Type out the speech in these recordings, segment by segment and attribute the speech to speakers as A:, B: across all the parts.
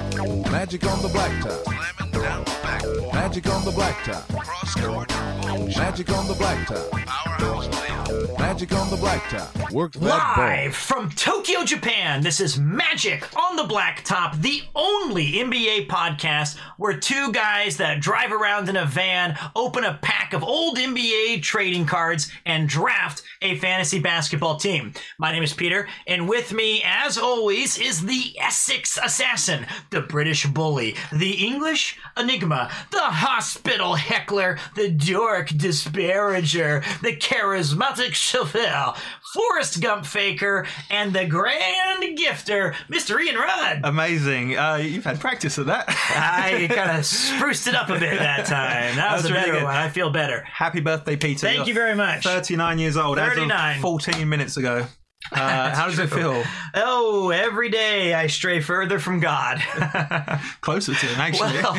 A: Magic on the blacktop.
B: down the backboard.
A: Magic on the blacktop.
B: Cross court or motion.
A: Magic on the blacktop.
B: Powerhouse play.
A: Magic on the blacktop. Worked that ball.
C: Live from Tokyo, Japan, this is Magic on the Blacktop, the only NBA podcast where two guys that drive around in a van open a pack of old NBA trading cards and draft a fantasy basketball team. My name is Peter, and with me, as always, is the Essex Assassin, the British Bully, the English Enigma, the Hospital Heckler, the Dork Disparager, the Charismatic Chauffeur, Forrest Gump Faker, and the Grand Gifter, Mr. Ian Rudd.
D: Amazing. Uh, you've had practice at that.
C: I kind of spruced it up a bit that time. That was,
D: was
C: a
D: really
C: better
D: good.
C: one. I feel better.
D: Happy birthday, Peter.
C: Thank you very much.
D: 39 years old. As
C: 39.
D: of 14 minutes ago. Uh, how does it feel?
C: Oh, every day I stray further from God.
D: Closer to him, actually.
C: Well,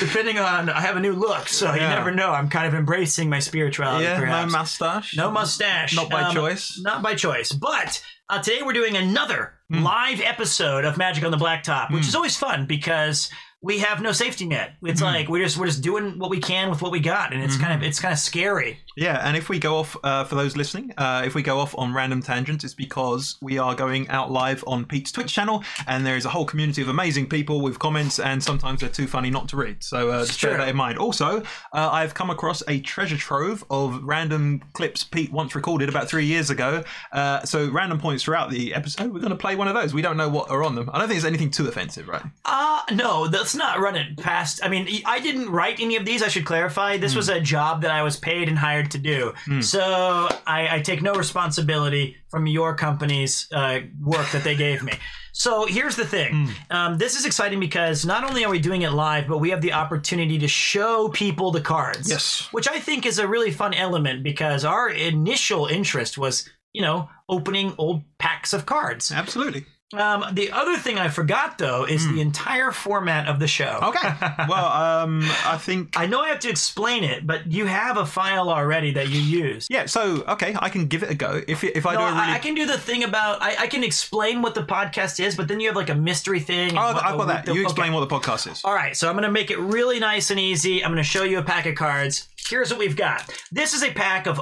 C: depending on, I have a new look, so you
D: Yeah.
C: never know. I'm kind of embracing my spirituality.
D: yeah, no
C: perhaps.
D: mustache.
C: No mustache. Um,
D: Not by choice.
C: Not by choice. But uh, today we're doing another
D: Hmm.
C: live episode of Magic on the Blacktop, which is always fun because we have no safety net. It's
D: Hmm.
C: like we're just we're just doing what we can with what we got, and it's kind of it's kind of scary.
D: Yeah, and if we go off, uh, for those listening, uh, if we go off on random tangents, it's because we are going out live on Pete's Twitch channel, and there is a whole community of amazing people with comments, and sometimes they're too funny not to read. So uh, just bear
C: true.
D: that in mind. Also, uh, I've come across a treasure trove of random clips Pete once recorded about three years ago. Uh, so random points throughout the episode. We're going to play one of those. We don't know what are on them. I don't think it's anything too offensive, right?
C: Uh, no, let's not run it past. I mean, I didn't write any of these. I should clarify. This was a job that I was paid and hired to do. So I, I take no responsibility from your company's uh, work that they gave me. So here's the thing. Um, this is exciting because not only are we doing it live, but we have the opportunity to show people the cards.
D: Yes.
C: Which I think is a really fun element because our initial interest was, you know, opening old packs of cards.
D: Absolutely.
C: Um, the other thing I forgot though is the entire format of the show.
D: Hmm. Okay. well, um, I think
C: I know I have to explain it, but you have a file already that you use.
D: Yeah, so okay, I can give it a go. If if I
C: No,
D: do a
C: I,
D: really
C: I can do the thing about I, I can explain what the podcast is, but then you have like a mystery thing. and
D: Oh,
C: what
D: I've
C: the-
D: got that.
C: the-
D: You explain
C: okay.
D: what the podcast is.
C: All right, so I'm going to make it really nice and easy. I'm going to show you a pack of cards. Here's what we've got. This is a pack of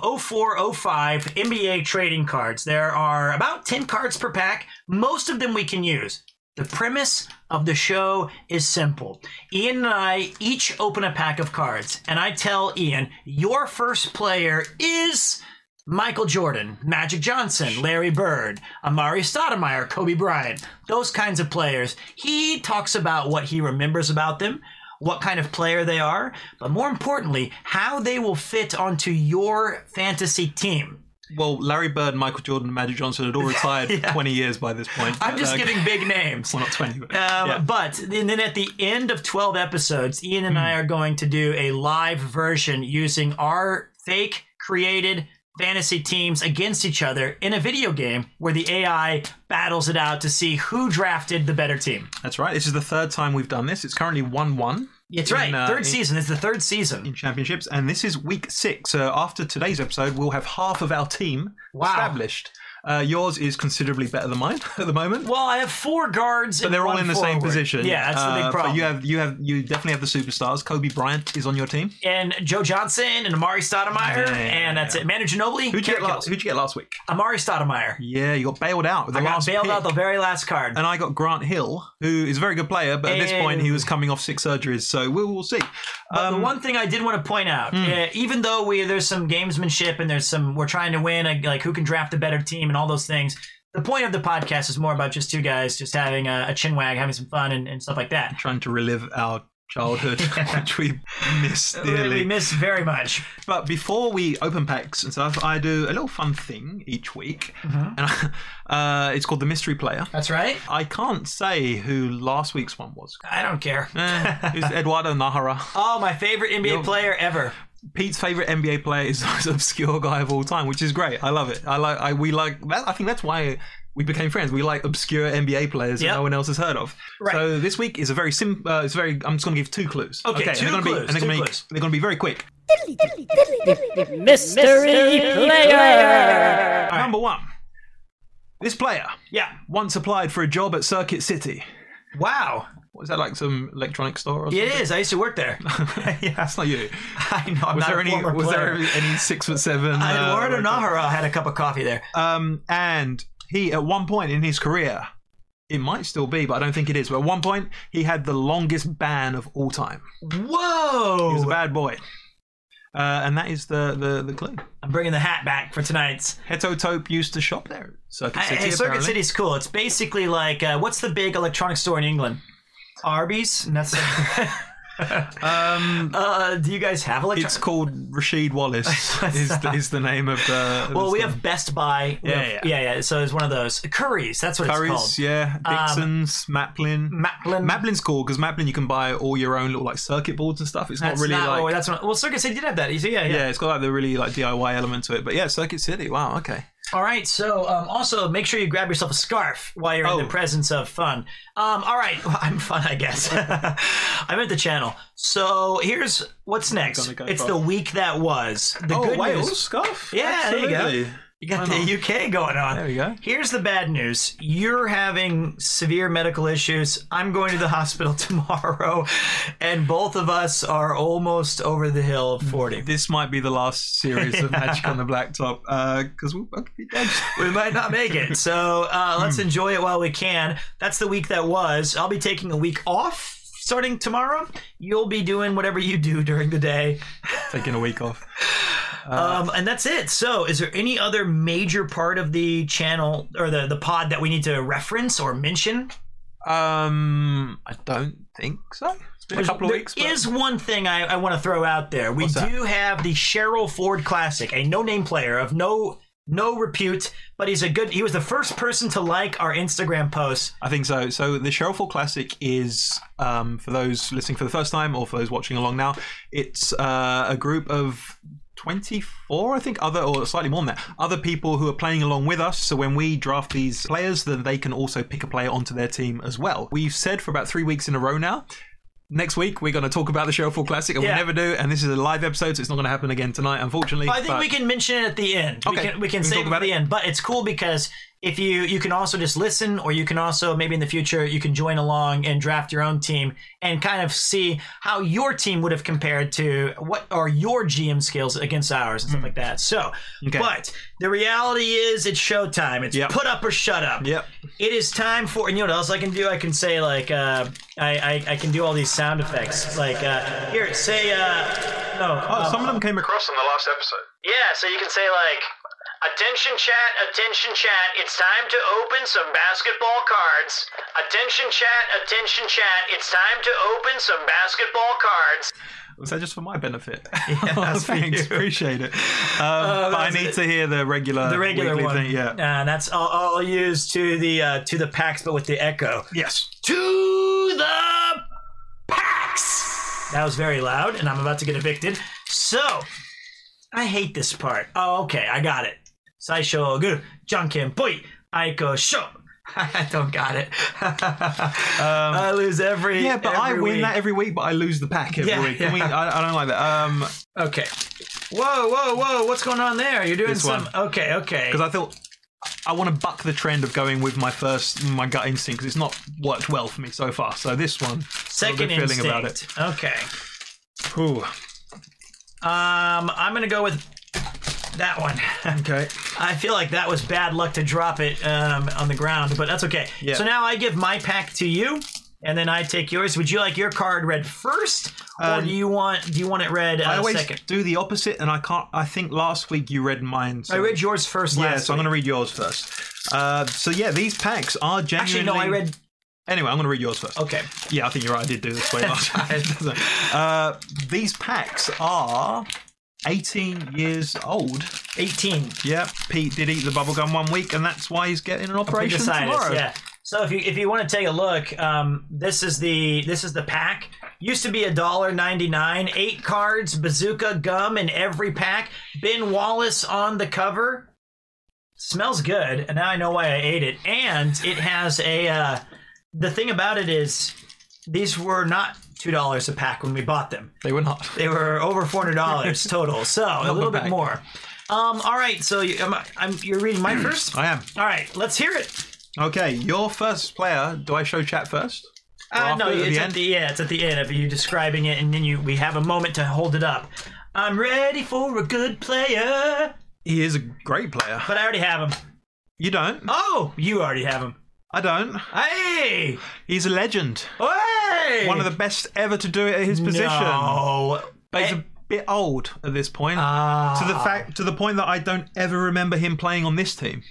C: 0405 NBA trading cards. There are about 10 cards per pack. Most of them we can use. The premise of the show is simple. Ian and I each open a pack of cards, and I tell Ian, your first player is Michael Jordan, Magic Johnson, Larry Bird, Amari Stoudemire, Kobe Bryant, those kinds of players. He talks about what he remembers about them, what kind of player they are, but more importantly, how they will fit onto your fantasy team.
D: Well, Larry Bird, Michael Jordan, and Magic Johnson had all retired for 20 years by this point.
C: I'm just
D: Uh,
C: giving big names.
D: Well, not 20. But,
C: Um,
D: yeah.
C: But and then at the end of 12 episodes, Ian and
D: Hmm.
C: I are going to do a live version using our fake created fantasy teams against each other in a video game where the AI battles it out to see who drafted the better team.
D: That's right. This is the third time we've done this. It's currently 1 1
C: It's
D: In,
C: right.
D: uh,
C: third
D: in-
C: season. It's the third season.
D: in championships, and this is week six. So after today's episode, we'll have half of our team
C: Wow.
D: established. Uh, yours is considerably better than mine at the moment.
C: Well, I have four guards.
D: But they're all in the same position.
C: Yeah, that's the
D: Uh,
C: big problem.
D: But you have, you have, you definitely have the superstars. Kobe Bryant is on your team.
C: and Joe Johnson and Amari Stoudemire,
D: Yeah, yeah,
C: and that's it. Manager Nobly.
D: Who'd you, get last, who'd you get last week?
C: Amari Stoudemire.
D: Yeah, you got bailed out. with The
C: I got
D: last
C: bailed
D: pick.
C: out the very last card.
D: and I got Grant Hill, who is a very good player, but at this point he was coming off six surgeries, so we'll, we'll see. Uh,
C: But the one thing I did want to point out, uh, even though we there's some gamesmanship and there's some we're trying to win, uh, like who can draft a better team and all those things. The point of the podcast is more about just two guys just having a, a chin wag, having some fun and, and stuff like that.
D: Trying to relive our childhood, which we miss
C: We
D: dearly.
C: miss very much.
D: But before we open packs and stuff, I do a little fun thing each week, and I, uh, it's called the mystery player.
C: That's right.
D: I can't say who last week's one was.
C: I don't care.
D: Eh, it's Eduardo Nahara.
C: Oh, my favorite NBA player ever.
D: Pete's favorite NBA player is the most obscure guy of all time, which is great. I love it. I like. I we like. That, I think that's why we became friends. We like obscure NBA players
C: Yep.
D: that no one else has heard of.
C: Right.
D: So this week is a very simple. Uh, it's very. I'm just going to give two clues.
C: Okay,
D: and
C: two
D: they're gonna Be,
C: clues,
D: and
C: two
D: they're gonna be-
C: clues.
D: They're going to be very quick.
E: Mystery player.
D: Number one. This player
C: Yeah.
D: once applied for a job at Circuit City.
C: Wow.
D: Was that like some electronic store? or something?
C: It is. I used to work there.
D: yeah, that's not you.
C: I know. I'm
D: Was
C: not
D: there
C: a
D: any?
C: former
D: Was
C: player.
D: there any six foot seven?
C: I,
D: uh,
C: Warren
D: like-
C: O'Nahara had a cup of coffee there.
D: Um, and he, at one point in his career, it might still be, but I don't think it is. But at one point, he had the longest ban of all time. He was a
C: Whoa!
D: bad boy. Uh, and that is the, the, the clue.
C: I'm bringing the hat back for tonight's.
D: Heto Tope used to shop there. at Circuit City.
C: I, I, Circuit
D: apparently.
C: City's cool. It's basically like uh, what's the big electronic store in England? Arby's. And that's.
D: Um,
C: uh, do you guys have electronic?
D: it's called Rashid Wallace, is, the, is the name of the. of
C: well,
D: the
C: we
D: store.
C: have Best Buy. We
D: Yeah,
C: have-
D: yeah.
C: yeah, yeah. So it's one of those Curry's. That's what it's called. um,
D: Curry's, yeah. Dixon's, Maplin.
C: Maplin.
D: Maplin's cool because Maplin you can buy all your own little like circuit boards and stuff. It's
C: That's
D: not really like.
C: what- that's what, well, Circuit City did have that. You see, yeah, yeah.
D: yeah, it's got like the really like DIY element to it. But yeah, Circuit City. Wow. Okay.
C: All right. So, um, also make sure you grab yourself a scarf while you're
D: Oh.
C: in the presence of fun. Um, all right. Well, I'm fun, I guess. I meant the channel. So here's what's next.
D: gonna go
C: it's
D: for-
C: the week that was. The
D: oh,
C: good
D: Wales
C: news.
D: scarf.
C: Yeah, there you go.
D: Absolutely.
C: You got the UK going on.
D: There we go.
C: Here's the bad news. You're having severe medical issues. I'm going to the hospital tomorrow, and both of us are almost over the hill of 40.
D: This might be the last series of Magic on the Blacktop because we'll both be dead.
C: we might not make it. So uh, let's
D: Hmm.
C: enjoy it while we can. That's the week that was. I'll be taking a week off starting tomorrow. You'll be doing whatever you do during the day.
D: Taking a week off. Uh,
C: Um, and that's it. So is there any other major part of the channel or the, the pod that we need to reference or mention?
D: Um, I don't think so. It's been a couple of
C: There
D: weeks. but-
C: is one thing I, I want to throw out there. We
D: What's that?
C: do have the Cheryl Ford Classic, a no-name player of no no repute, but he's a good. He was the first person to like our Instagram post.
D: I think so. So the Sheriffold Classic is, um, for those listening for the first time or for those watching along now, it's uh, a group of 24, I think, other or slightly more than that, other people who are playing along with us. So when we draft these players, then they can also pick a player onto their team as well. We've said for about three weeks in a row now. Next week we're going to talk about the Sheriffold Classic, and
C: Yeah.
D: we never do. And this is a live episode, so it's not going to happen again tonight, unfortunately.
C: I think
D: but-
C: we can mention it at the end.
D: Okay.
C: We can, we
D: We
C: can
D: can
C: save
D: talk
C: it
D: about
C: at the
D: it.
C: end, but it's cool because if you you can also just listen, or you can also maybe in the future you can join along and draft your own team and kind of see how your team would have compared to what are your GM skills against ours and stuff like that. So,
D: Hmm. Okay.
C: but the reality is it's showtime. It's
D: Yep.
C: put up or shut up.
D: Yep.
C: It is time for and you know what else I can do? I can say like uh, I, I I can do all these sound effects like uh, here say uh, no
D: Oh, some of them came across.
B: Across in the last episode.
C: yeah, so you can say like, attention chat, attention chat, it's time to open some basketball cards. Attention chat, attention chat, it's time to open some basketball cards.
D: Was that just for my benefit?
C: that's for
D: Thanks,
C: you. Oh,
D: appreciate it. Um, but I need to hear the regular,
C: The regular
D: Uh, weekly
C: one,
D: thing. Yeah.
C: And that's all, all used to the uh, to the packs, but with the echo.
D: yes.
C: To the packs. That was very loud, and I'm about to get evicted. So, I hate this part. Oh, okay, I got it. Saishogu, Junkin Boy, Aiko Sho. I don't got it. I lose every.
D: Um, Yeah, but I
C: every
D: win
C: week.
D: that every week, but I lose the pack every
C: Yeah,
D: week.
C: yeah.
D: Can we, I, I don't like that. Um,
C: Okay. Whoa, whoa, whoa! What's going on there? You're doing
D: This
C: some.
D: one.
C: Okay, okay.
D: because I thought I want to buck the trend of going with my first, my gut instinct, because it's not worked well for me so far. So this one,
C: Second
D: feeling
C: instinct.
D: about
C: Okay.
D: ooh,
C: Um, I'm gonna go with that one.
D: okay,
C: I feel like that was bad luck to drop it um, on the ground, but that's okay.
D: Yeah.
C: So now I give my pack to you, and then I take yours. Would you like your card read first, or
D: Um,
C: do you want do you want it read uh,
D: I always
C: second?
D: do the opposite, and I can't. I think last week you read mine. So
C: I read yours first.
D: Yeah,
C: last
D: so I'm
C: week.
D: going to read yours first. Uh, so yeah, these packs are genuinely.
C: actually no. I read
D: Anyway, I'm going to read yours first.
C: okay.
D: Yeah, I think you're right. I did do this way last time. uh, these packs are 18 years old.
C: 18.
D: Yeah, Pete did eat the bubblegum one week, and that's why he's getting an operation
C: Appendicitis,
D: tomorrow.
C: Yeah. So if you if you want to take a look, um, this is the this is the pack. Used to be a dollar ninety nine. Eight cards, bazooka gum in every pack. Ben Wallace on the cover. Smells good, and now I know why I ate it. And it has a. Uh, the thing about it is, these were not two dollars a pack when we bought them.
D: They were not.
C: They were over four hundred dollars total, so a little bit
D: pack.
C: more. Um, all right, so you, I'm, I'm, you're reading mine first.
D: I am.
C: All right, let's hear it.
D: Okay, your first player. Do I show chat first?
C: Uh,
D: after
C: no,
D: at
C: it's
D: the
C: at
D: end?
C: the yeah, it's at the end of you describing it, and then you we have a moment to hold it up. I'm ready for a good player,
D: He is a great player.
C: but I already have him.
D: You don't.
C: Oh, you already have him.
D: I don't.
C: Hey,
D: He's a legend.
C: hey,
D: One of the best ever to do it at his position.
C: No.
D: But he's
C: Eh,
D: a bit old at this point.
C: ah.
D: to the fact to the point that I don't ever remember him playing on this team.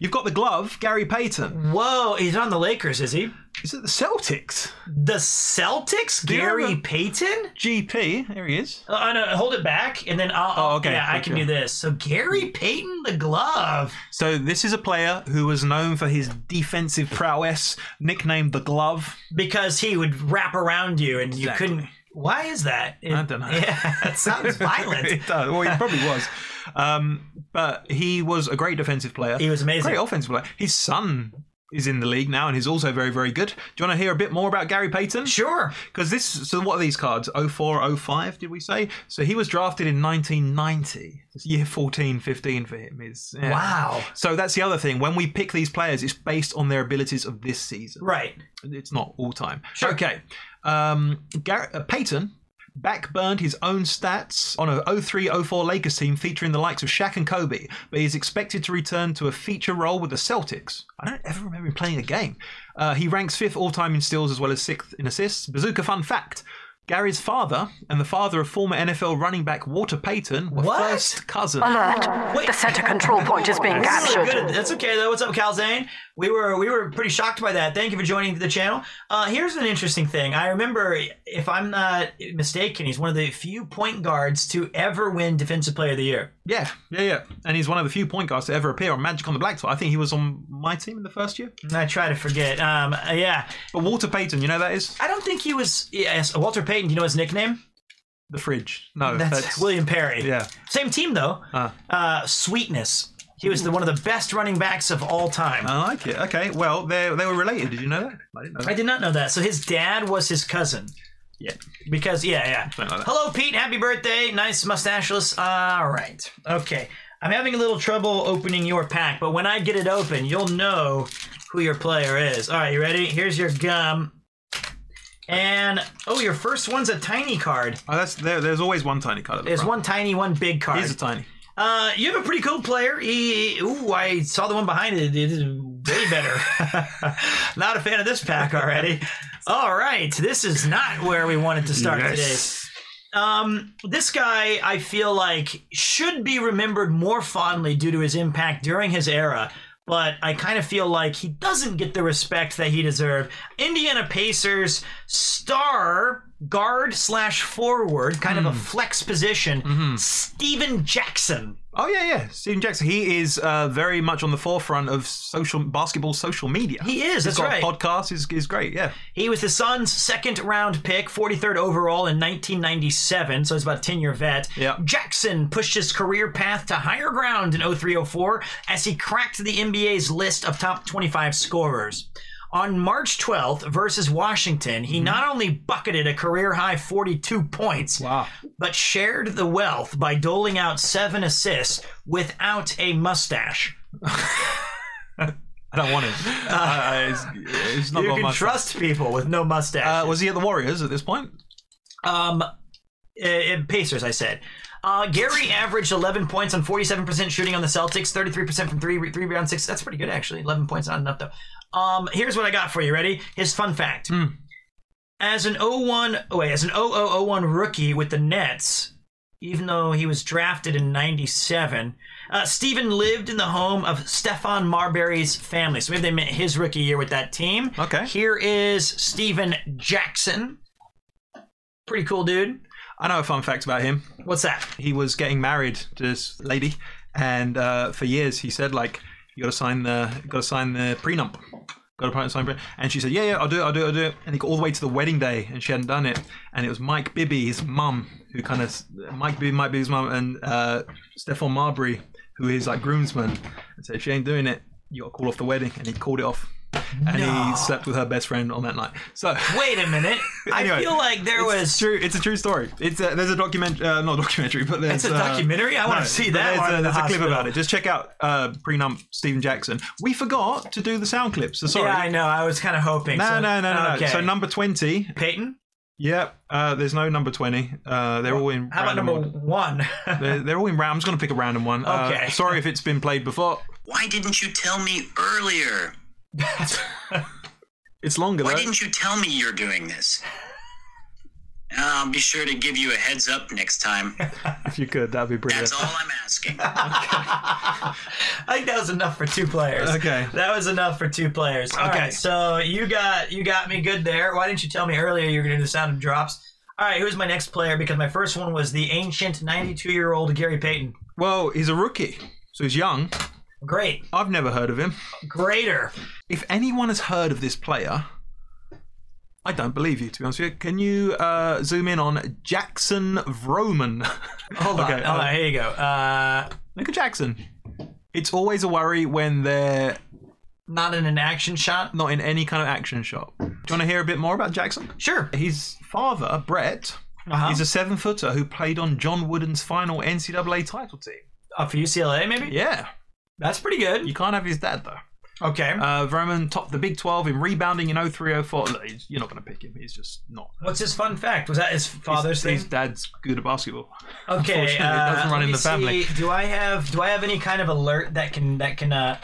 D: You've got the glove, Gary Payton.
C: Whoa, he's on the Lakers, is he?
D: Is it the Celtics?
C: The Celtics?
D: Do you
C: Gary
D: remember-
C: Payton?
D: GP, there he is.
C: Uh, no, hold it back, and then I'll.
D: Oh, okay.
C: Yeah, I
D: Thank
C: can
D: you.
C: do this. So Gary Payton, the glove.
D: So this is a player who was known for his defensive prowess, nicknamed the Glove.
C: because he would wrap around you and you
D: Exactly.
C: couldn't. Why is that? It-
D: I don't know.
C: Yeah, it sounds violent.
D: It does. Well, he probably was. Um, but he was a great defensive player.
C: He was amazing.
D: great offensive player. His son is in the league now, and he's also very, very good. Do you want to hear a bit more about Gary Payton?
C: Sure.
D: Because this, so what are these cards? 04, 05, did we say? So he was drafted in 1990. It's year 14, 15 for him. Is yeah.
C: Wow.
D: So that's the other thing. When we pick these players, it's based on their abilities of this season.
C: Right.
D: It's not all time.
C: Sure.
D: Okay. Um, Gar- uh, Peyton backburned his own stats on a 03 04 Lakers team featuring the likes of Shaq and Kobe, but he's expected to return to a feature role with the Celtics. I don't ever remember him playing a game. Uh, he ranks fifth all time in steals as well as sixth in assists. Bazooka fun fact. Gary's father and the father of former NFL running back Walter Payton were
C: What? Uh-huh.
D: first cousins.
C: Wait.
F: The center control point is being
C: That's really
F: captured.
C: good. That's okay though. What's up, Cal Zane? We were we were pretty shocked by that. Thank you for joining the channel. Uh, here's an interesting thing. I remember, if I'm not mistaken, he's one of the few point guards to ever win Defensive Player of the Year.
D: Yeah, yeah, yeah. And he's one of the few point guards to ever appear on Magic on the Black Tie. I think he was on my team in the first year.
C: I try to forget. Um, yeah,
D: But Walter Payton, you know who that is?
C: I don't think he was. Yes, Walter Payton. Do you know his nickname?
D: The fridge. No,
C: That's,
D: that's,
C: William Perry.
D: Yeah.
C: Same team though.
D: Ah.
C: Uh, sweetness. He was the, one of the best running backs of all time.
D: I like it. Okay. Well, they they were related. Did you know that? I didn't know.
C: I
D: That.
C: did not know that. So his dad was his cousin.
D: Yeah.
C: Because yeah, yeah.
D: Something like that.
C: Hello, Pete. Happy birthday. Nice mustacheless. All right. Okay. I'm having a little trouble opening your pack, but when I get it open, you'll know who your player is. All right, you ready? Here's your gum. And oh, your first one's a tiny card.
D: Oh, that's there. There's always one tiny card. at the
C: There's
D: front.
C: one tiny, one big card.
D: Uh-huh. He's a tiny.
C: Uh, you have a pretty cool player. He, ooh, I saw the one behind it. It is way better. not a fan of this pack already. All right, this is not where we wanted to start today. Um, this guy, I feel like, should be remembered more fondly due to his impact during his era. But I kind of feel like he doesn't get the respect that he deserved. Indiana Pacers star guard slash forward, kind of a flex position, Steven Jackson.
D: Oh yeah, yeah. Steven Jackson. He is uh, very much on the forefront of social basketball social media.
C: He is,
D: He's
C: that's
D: got
C: right.
D: A podcast is is great. Yeah.
C: He was the Suns' second round pick, 43rd overall in 1997, so he's about a 10 year vet.
D: Yeah.
C: Jackson pushed his career path to higher ground in 0304 as he cracked the NBA's list of top 25 scorers. On March 12th versus Washington, he not only bucketed a career high 42 points,
D: Wow.
C: but shared the wealth by doling out seven assists without a mustache.
D: I don't want it. Uh, it's, it's not
C: you
D: got
C: can
D: much-
C: trust people with no mustache.
D: Uh, was he at the Warriors at this point?
C: Um, uh, uh, Pacers, I said. Uh, Gary averaged 11 points on 47% shooting on the Celtics, 33% from three, three round six. That's pretty good, actually. 11 points, not enough, though. Um, here's what I got for you. Ready? His fun fact. As an 01, oh, wait, as an 0001 rookie with the Nets, even though he was drafted in 97, uh, Stephen lived in the home of Stefan Marbury's family. So maybe they met his rookie year with that team.
D: Okay.
C: Here is Stephen Jackson. Pretty cool dude.
D: I know a fun fact about him.
C: What's that?
D: he was getting married to this lady, and uh, for years he said like, "You got to sign the, you got to sign the prenup." Got to sign prenup, and she said, "Yeah, yeah, I'll do it, I'll do it, I'll do it." And he got all the way to the wedding day, and she hadn't done it. And it was Mike Bibby, his mum, who kind of Mike Bibby, Mike Bibby's mum, and uh, Stefan Marbury, who is like groomsman, and said, "If she ain't doing it, you got to call off the wedding." And he called it off. and
C: No.
D: he slept with her best friend on that night. So.
C: Wait a minute. I
D: Anyway,
C: feel like there
D: it's
C: was.
D: true. It's a true story. It's a, there's a document, uh, not a documentary, but there's
C: It's a
D: uh,
C: documentary? I wanna
D: no,
C: see
D: but
C: that one
D: There's, a,
C: in the
D: there's a clip
C: hospital.
D: about it. Just check out uh, pre-nump Stephen Jackson. We forgot to do the sound clips. So sorry.
C: Yeah, I know. I was kind of hoping.
D: No,
C: so-
D: no, no, no,
C: Okay.
D: no. So number twenty.
C: Peyton.
D: Yep. Uh, there's no number twenty. Uh, they're all in.
C: How about
D: random
C: number
D: order.
C: one?
D: They're, they're all in round. I'm just gonna pick a random one. Uh,
C: Okay.
D: sorry if it's been played before.
G: Why didn't you tell me earlier?
D: It's longer
G: Why
D: though.
G: didn't you tell me you're doing this? I'll be sure to give you a heads up next time.
D: If you could, that'd be brilliant.
G: That's all I'm asking.
C: I think that was enough for two players.
D: Okay.
C: That was enough for two players. All
D: Okay.
C: right, so you got you got me good there. Why didn't you tell me earlier you were gonna do the sound of drops? All right, who's my next player? Because my first one was the ancient 92 year old Gary Payton.
D: Well, he's a rookie, so he's young.
C: Great,
D: I've never heard of him.
C: greater.
D: if anyone has heard of this player, I don't believe you, to be honest with you. Can you uh, zoom in on Jackson Vroman?
C: Hold on,
D: Okay,
C: hold
D: uh,
C: on. Here you go. Uh,
D: Look at Jackson. It's always a worry when they're
C: not in an action shot.
D: not in any kind of action shot. Do you want to hear a bit more about Jackson?
C: Sure.
D: His father, Brett,
C: Uh-huh.
D: is a seven footer who played on John Wooden's final NCAA title team.
C: Uh, for UCLA, maybe.
D: Yeah,
C: That's pretty good.
D: you can't have his dad, though.
C: Okay.
D: Uh, Vroman topped the Big 12 in rebounding in 03 04. Look, he's- You're not going to pick him. He's just not.
C: What's his fun fact? Was that his father's
D: his,
C: thing?
D: his dad's good at basketball.
C: Okay,
D: Unfortunately, it doesn't
C: uh,
D: run
C: let
D: in
C: me
D: the family.
C: see. Do I have do I have any kind of alert that can that can uh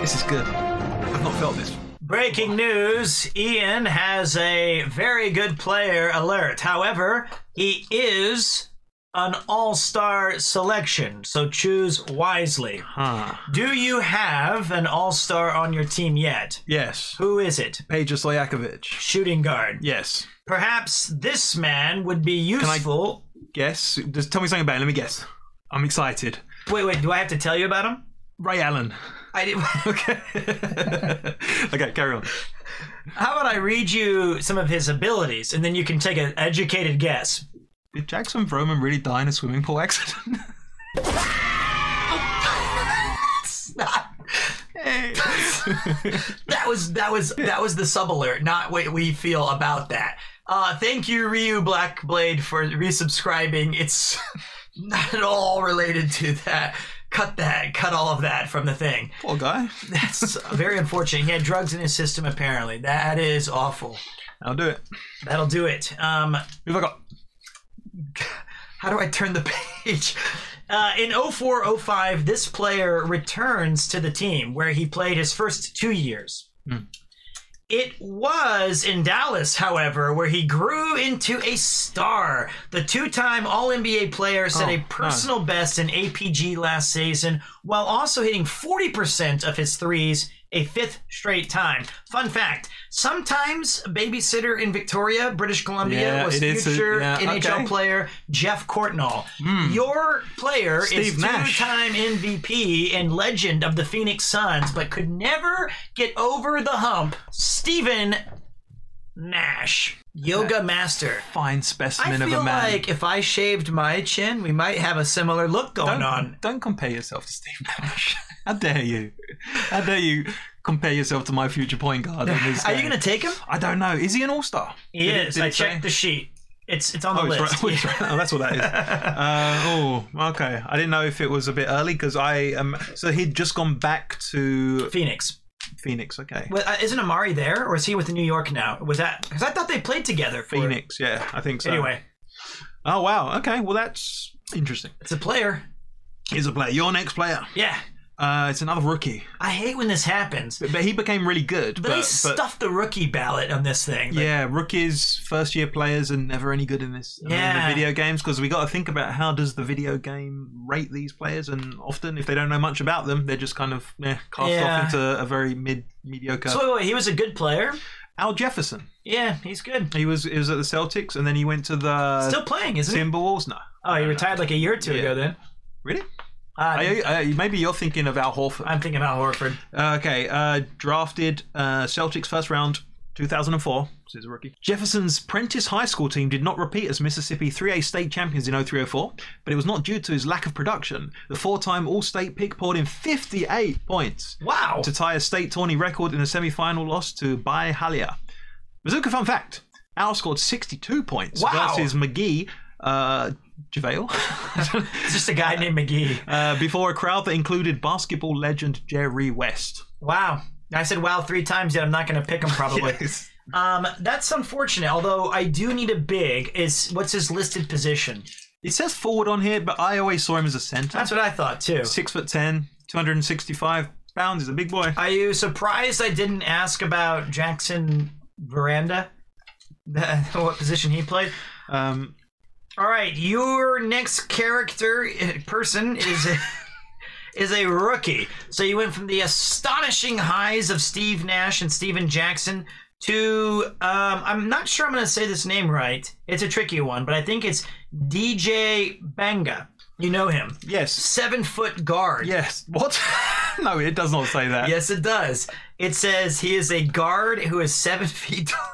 D: This is good. I've not felt this.
C: breaking news? Ian has a very good player alert. However, he is an all-star selection, so choose wisely.
D: Huh.
C: Do you have an all-star on your team yet?
D: Yes.
C: Who is it?
D: Peja Slayakovic.
C: Shooting guard.
D: Yes.
C: Perhaps this man would be
D: I-
C: useful.
D: Guess. Just tell me something about it. Let me guess. I'm excited.
C: Wait, wait. Do I have to tell you about him?
D: Ray Allen.
C: I did.
D: Okay. okay, carry on.
C: How about I read you some of his abilities and then you can take an educated guess?
D: Did Jackson Vroman really die in a swimming pool accident? Hey.
C: that was that was that was the sub alert, not what we feel about that. Uh, thank you, Ryu Blackblade, for resubscribing. It's not at all related to that. Cut that. Cut all of that from the thing.
D: Poor guy.
C: That's very unfortunate. He had drugs in his system, apparently. That is awful.
D: I'll do it.
C: That'll do it. Um,
D: Who've I got?
C: how do I turn the page? Uh, in 0405, this player returns to the team where he played his first two years.
D: Hmm.
C: It was in Dallas, however, where he grew into a star. The two time All NBA player set
D: Oh,
C: a personal best in APG last season while also hitting 40% of his threes a fifth straight time. Fun fact sometimes a babysitter in Victoria, British Columbia,
D: Yeah,
C: was
D: it is a-
C: future
D: yeah,
C: NHL
D: okay.
C: player player Jeff Cortnall. Your player
D: Hmm. Steve
C: is
D: Nash.
C: two-time MVP and legend of the Phoenix Suns, but could never get over the hump. Stephen Nash, yoga master.
D: Fine
C: I
D: specimen of
C: feel
D: a man.
C: like if I shaved my chin, we might have a similar look going
D: don't,
C: on.
D: don't compare yourself to Steve Nash. How dare you? How dare you compare yourself to my future point guard? In this
C: Are you
D: game?
C: going to take him?
D: I don't know. Is he an all star?
C: He is. I checked the sheet. It's it's on the
D: Oh, it's
C: list.
D: right. Oh, it's right. Oh, that's what that is. Uh, oh, okay. I didn't know if it was a bit early because I um. So he'd just gone back to
C: Phoenix.
D: Phoenix. Okay.
C: Well, uh, isn't Amari there, or is he with New York now? Was that because I thought they played together? for-
D: Phoenix. Yeah, I think so.
C: Anyway,
D: Oh wow. Okay. Well, that's interesting.
C: it's a player.
D: He's a player. Your next player.
C: Yeah.
D: Uh, it's another rookie,
C: I hate when this happens. But,
D: but he became really good. But,
C: they
D: but-
C: stuffed the rookie ballot on this thing. Like,
D: yeah, rookies, first year players are never any good in this in
C: Yeah.
D: the video games because we got to think about how does the video game rate these players, and often if they don't know much about them, they're just kind of eh, cast
C: Yeah.
D: off into a very mid mediocre.
C: So wait, wait, he was a good player.
D: Al Jefferson,
C: Yeah, he's good.
D: he was he was at the Celtics, and then he went to the
C: Still playing, isn't he?
D: Timberwolves. No,
C: Oh, he retired like a year or two
D: Uh, Yeah.
C: ago. Then.
D: really?
C: Uh,
D: I, I, maybe you're thinking of Al Horford.
C: I'm thinking about Horford.
D: okay, uh, drafted uh, Celtics first round. 2004, so he's a rookie. Jefferson's Prentice High School team did not repeat as Mississippi 3A state champions in 0304, but it was not due to his lack of production. The four time All State pick poured in 58 points
C: Wow.
D: to tie a state tourney record in a semi final loss to Bay Halia. Bazooka, fun fact Al scored 62 points
C: Wow.
D: versus McGee. Uh, JaVale
C: It's just a guy named McGee.
D: uh, before a crowd that included basketball legend Jerry West.
C: Wow. I said wow three times yet I'm not going to pick him probably. Um, that's unfortunate. Although I do need a big. Is what's his listed position?
D: It says forward on here, but I always saw him as a centre.
C: That's what I thought too.
D: Six foot ten, 265 pounds. He's a big boy.
C: Are you surprised I didn't ask about Jackson Veranda? what position he played?
D: Um,
C: All right, your next character uh, person is a, is a rookie. So you went from the astonishing highs of Steve Nash and Steven Jackson to um, I'm not sure I'm going to say this name right. It's a tricky one, but I think it's DJ Banga. You know him,
D: yes.
C: seven foot guard.
D: Yes. What? no, it does not say that.
C: Yes, it does. It says he is a guard who is seven feet tall.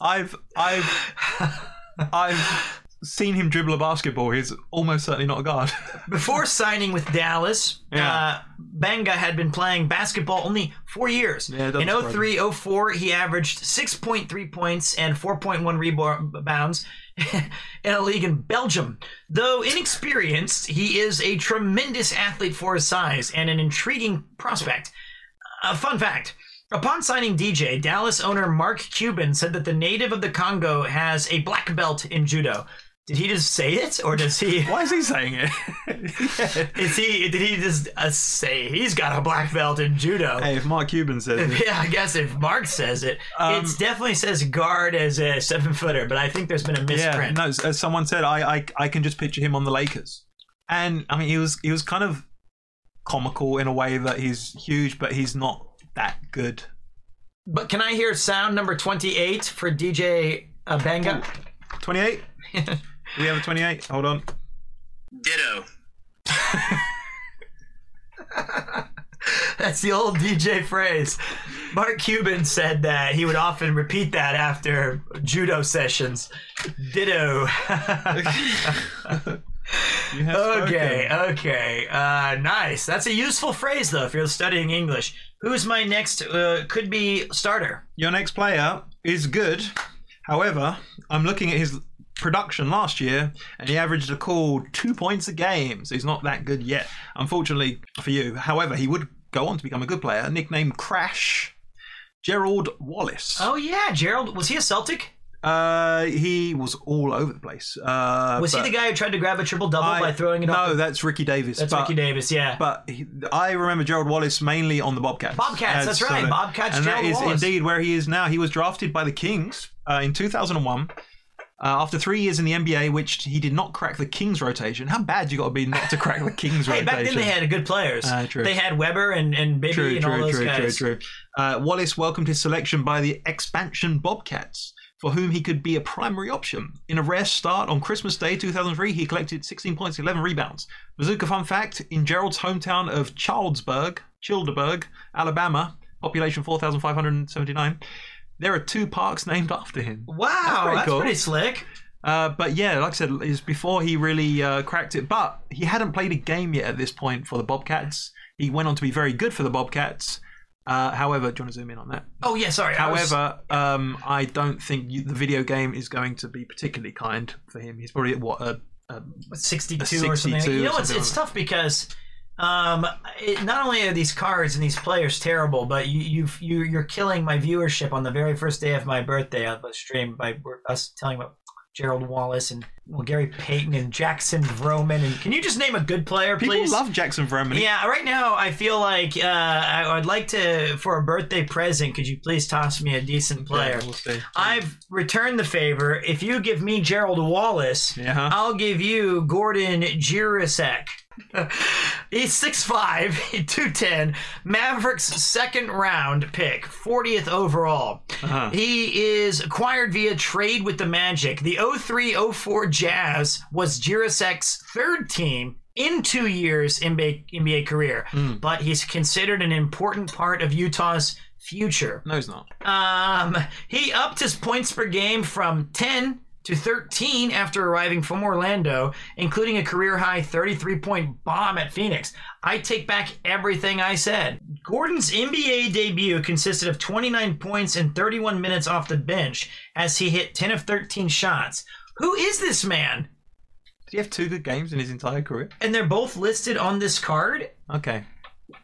D: I've, I've, I've seen him dribble a basketball. He's almost certainly not a guard.
C: Before signing with Dallas, uh,
D: Yeah.
C: Benga had been playing basketball only four years.
D: Yeah, that
C: In
D: was
C: 03 04, he averaged 6.3 points and 4.1 rebounds in a league in Belgium. Though inexperienced, he is a tremendous athlete for his size and an intriguing prospect. A fun fact. Upon signing DJ, Dallas owner Mark Cuban said that the native of the Congo has a black belt in judo. Did he just say it, or does he?
D: Why is he saying it? Yeah.
C: Is he? Did he just uh, say he's got a black belt in judo?
D: Hey, if Mark Cuban says it.
C: Yeah, I guess if Mark says it,
D: Um,
C: it definitely says guard as a seven footer. But I think there's been a
D: Yeah,
C: misprint.
D: no. As someone said, I, I, I can just picture him on the Lakers, and I mean, he was, he was kind of comical in a way that he's huge, but he's not that good.
C: But can I hear sound number twenty-eight for DJ uh, Benga?
D: 28? Do we have a 28? Hold on.
G: Ditto.
C: That's the old DJ phrase. Mark Cuban said that he would often repeat that after judo sessions. Ditto.
D: You have
C: Okay,
D: spoken.
C: okay. Uh, nice. That's a useful phrase, though, if you're studying English. Who's my next uh, could be starter?
D: Your next player is good. However, I'm looking at his production last year, and he averaged a cool two points a game, so he's not that good yet, unfortunately for you. However, he would go on to become a good player, nicknamed Crash. Gerald Wallace.
C: Oh, yeah, Gerald. Was he a Celtic?
D: Uh, he was all over the place. Uh,
C: Was he
D: but
C: the guy who tried to grab a triple double
D: I-
C: by throwing it
D: No,
C: off? the-
D: that's Ricky Davis.
C: That's
D: but-
C: Ricky Davis, yeah.
D: But he, I remember Gerald Wallace mainly on the Bobcats. uh,
C: Bobcats, that's right, Bobcats,
D: and
C: Gerald
D: that is
C: Wallace.
D: indeed where he is now. He was drafted by the Kings uh, in 2001. Uh, after three years in the NBA, which he did not crack the Kings rotation. How bad you got to be not to crack the Kings
C: hey,
D: rotation?
C: back then they had good players.
D: Ah, true.
C: They had Weber and, and Bibby
D: true,
C: and
D: true,
C: all those
D: true,
C: guys.
D: true, true. Uh, Wallace welcomed his selection by the expansion Bobcats, for whom he could be a primary option. In a rare start on Christmas Day 2003, he collected 16 points, 11 rebounds. Bazooka fun fact: in Gerald's hometown of Childsburg, Childeberg, Alabama, population 4,579. There are two parks named after him.
C: Wow, that's, pretty,
D: pretty cool.
C: slick.
D: Uh, but yeah, like I said, it's before he really uh, cracked it. But he hadn't played a game yet at this point for the Bobcats. He went on to be very good for the Bobcats. Uh, however, do you want to zoom in on that?
C: Oh, yeah, sorry. I was-
D: However, um, I don't think you, the video game is going to be particularly kind for him. He's probably at what a, a
C: 62, or
D: 62
C: something. You
D: or
C: know, it's,
D: something
C: it's
D: like
C: tough because um, it, not only are these cards and these players terrible, but you, you've, you, you're killing my viewership on the very first day of my birthday of a stream by us telling about Gerald Wallace and well, Gary Payton and Jackson Vroman. And can you just name a good player,
D: people
C: please?
D: love Jackson Vermont.
C: yeah, right now I feel like uh, I, I'd like to, for a birthday present, could you please toss me a decent player?
D: we'll see.
C: I've returned the favor. If you give me Gerald Wallace,
D: Yeah, huh?
C: I'll give you Gordon Jirasek. He's 6'5, 210, Mavericks second round pick, 40th overall.
D: Uh-huh.
C: He is acquired via trade with the Magic. The 03 04 Jazz was Jirasek's third team in two
D: Hmm.
C: years NBA, NBA career, but he's considered an important part of Utah's future.
D: No, he's not.
C: Um, he upped his points per game from 10 to 13 after arriving from Orlando, including a career high 33 point bomb at Phoenix. I take back everything I said. Gordon's NBA debut consisted of 29 points and 31 minutes off the bench as he hit 10 of 13 shots. Who is this man?
D: Did he have two good games in his entire career?
C: And they're both listed on this card.
D: Okay.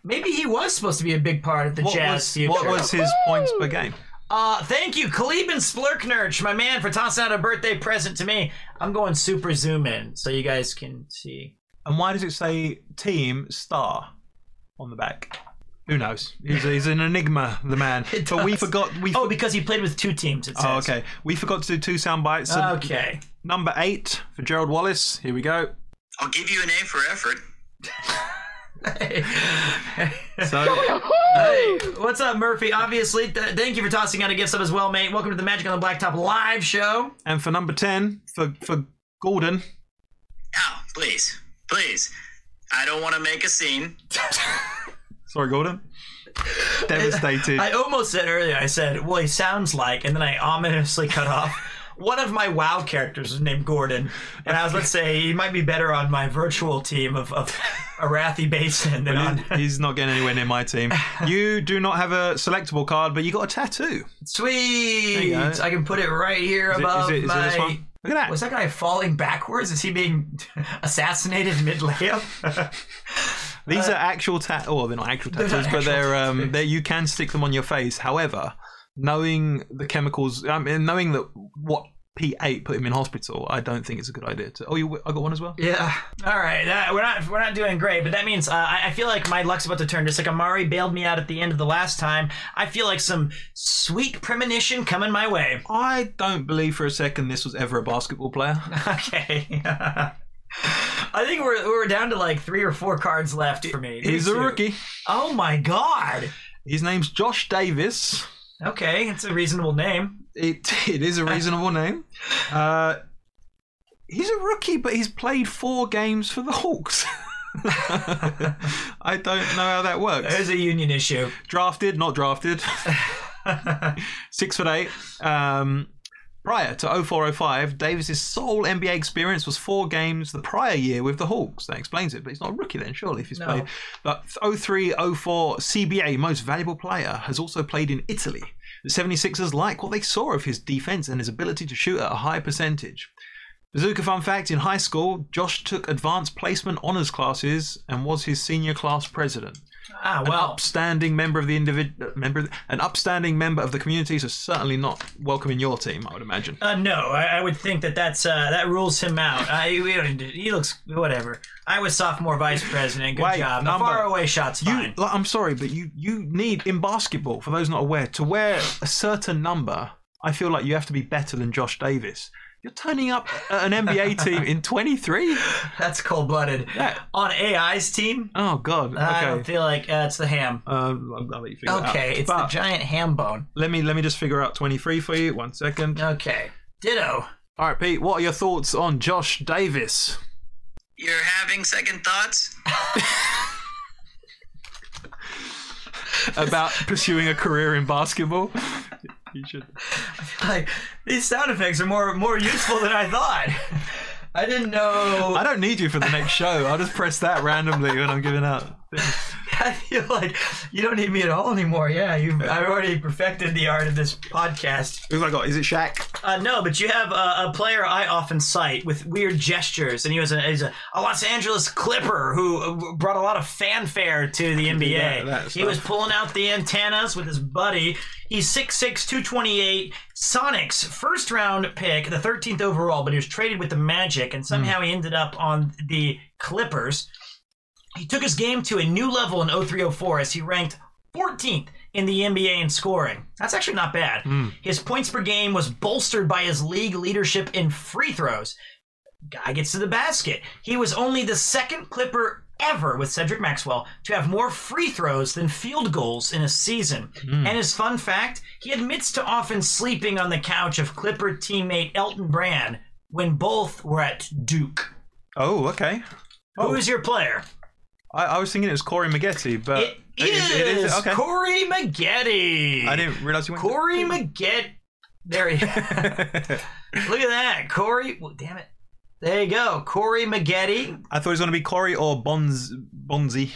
C: Maybe he was supposed to be a big part of the
D: What
C: Jazz
D: was,
C: future.
D: what was his points per game?
C: Uh, thank you, Kleben Splurknerch, my man, for tossing out a birthday present to me. I'm going super zoom in so you guys can see.
D: And why does it say team star on the back? Who knows? He's, he's an enigma, the man.
C: It
D: But we
C: does.
D: forgot. We
C: Oh, because he played with two teams, it says.
D: Oh, okay. We forgot to do two sound bites. So
C: Okay.
D: Number eight for Gerald Wallace. Here we go.
G: I'll give you an A for effort.
D: So
C: Hey, what's up, Murphy? Obviously, th- thank you for tossing out a gift sub as well, mate. Welcome to the Magic on the Blacktop live show.
D: and for number ten for for Gordon.
G: Now, please, please. I don't want to make a scene.
D: Sorry, Gordon. Devastated.
C: I almost said earlier, I said, well, he sounds like, and then I ominously cut off. One of my WoW characters is named Gordon, and I was let's say he might be better on my virtual team of, of Arathi Basin than on.
D: He's- He's not getting anywhere near my team. You do not have a selectable card, but you got a tattoo.
C: Sweet!
D: There you go.
C: I can put it right here
D: Is it,
C: above
D: is it, is
C: my.
D: it this one? Look at that.
C: Was that guy falling backwards? Is he being assassinated mid layup?
D: These are actual tat. Oh, they're not actual
C: not
D: tattoos, but
C: actual
D: they're um, they you can stick them on your face. However, knowing the chemicals, I mean, knowing that what P8 put him in hospital, I don't think it's a good idea. To, oh, you, I got one as well.
C: Yeah. All right. That, we're not we're not doing great, but that means uh, I, I feel like my luck's about to turn. Just like Amari bailed me out at the end of the last time, I feel like some sweet premonition coming my way.
D: I don't believe for a second this was ever a basketball player.
C: Okay. I think we're we're down to like three or four cards left for me.
D: He's
C: These
D: a
C: two.
D: rookie.
C: Oh my god.
D: His name's Josh Davis.
C: Okay, it's a reasonable name.
D: It it is a reasonable name. Uh, he's a rookie, but he's played four games for the Hawks. I don't know how that works.
C: There's a union issue.
D: drafted, not drafted. Six foot eight. Um, prior to 0405, Davis's sole NBA experience was four games the prior year with the Hawks. That explains it, but he's not a rookie then, surely, if he's
C: No.
D: played. But 0304 CBA, most valuable player, has also played in Italy. The 76ers like what they saw of his defense and his ability to shoot at a high percentage. Bazooka fun fact in high school, Josh took advanced placement honors classes and was his senior class president
C: Ah
D: an
C: well.
D: upstanding member of the individual member, an upstanding member of the community, so certainly not welcome in your team. I would imagine.
C: Uh, no, I, I would think that that's uh, that rules him out. I, we don't, he looks whatever. I was sophomore vice president. Good
D: Wait,
C: job.
D: number-
C: the far away shots
D: You,
C: fine.
D: like, I'm sorry, but you you need in basketball for those not aware to wear a certain number. I feel like you have to be better than Josh Davis. You're turning up at an NBA team in 23.
C: That's cold blooded.
D: Yeah.
C: On AI's team,
D: Oh God.
C: I don't
D: Okay.
C: feel like uh, it's the ham.
D: Um, I'll- I'll let you figure it out.
C: Okay, it's
D: But
C: the giant ham bone.
D: let me let me just figure out 23 for you. One second.
C: Okay, ditto.
D: All right, Pete. What are your thoughts on Josh Davis?
G: You're having second thoughts?
D: about pursuing a career in basketball. You should.
C: Like these sound effects are more more useful than I thought. I didn't know.
D: I don't need you for the next show. I'll just press that randomly when I'm giving out.
C: I feel like you don't need me at all anymore. Yeah, you. I've already perfected the art of this podcast.
D: Who have I got? Is it Shaq?
C: Uh, no, but you have a, a player I often cite with weird gestures, and he was a, he's a, a Los Angeles Clipper who uh, brought a lot of fanfare to the NBA.
D: that- that
C: he was pulling out the antennas with his buddy. He's 6'6", 228, Sonics first round pick, the 13th overall, but he was traded with the Magic, and somehow he ended up on the Clippers. He took his game to a new level in 0304 as he ranked 14th in the NBA in scoring. That's actually not bad. His points per game was bolstered by his league leadership in free throws. Guy gets to the basket. He was only the second Clipper ever with Cedric Maxwell to have more free throws than field goals in a season. And his fun fact he admits to often sleeping on the couch of Clipper teammate Elton Brand when both were at Duke.
D: Oh, okay.
C: Who is your player?
D: I, I was thinking it was Corey Maggette, but
C: It
D: Uh, It is- it is- okay.
C: Corey Maggette.
D: I didn't realize you went.
C: Corey Maggette. There he Look at that. Corey. Well, damn it. There you go. Corey Maggette.
D: I thought it was going to be Corey or Bonz Bonzi.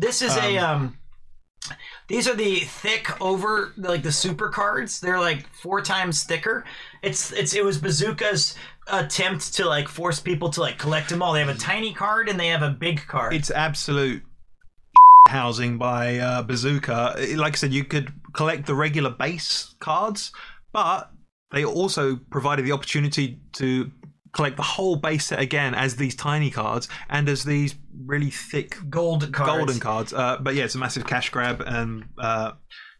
C: This is a. um These are the thick over like the super cards. They're like four times thicker. It's it's it was Bazooka's attempt to like force people to like collect them all. They have a tiny card and they have a big card.
D: It's absolute housing by uh, Bazooka. It- Like I said, you could collect the regular base cards, but they also provided the opportunity to collect the whole base set again as these tiny cards and as these really thick
C: gold cards.
D: golden cards. Uh, but yeah, it's a massive cash grab, and uh,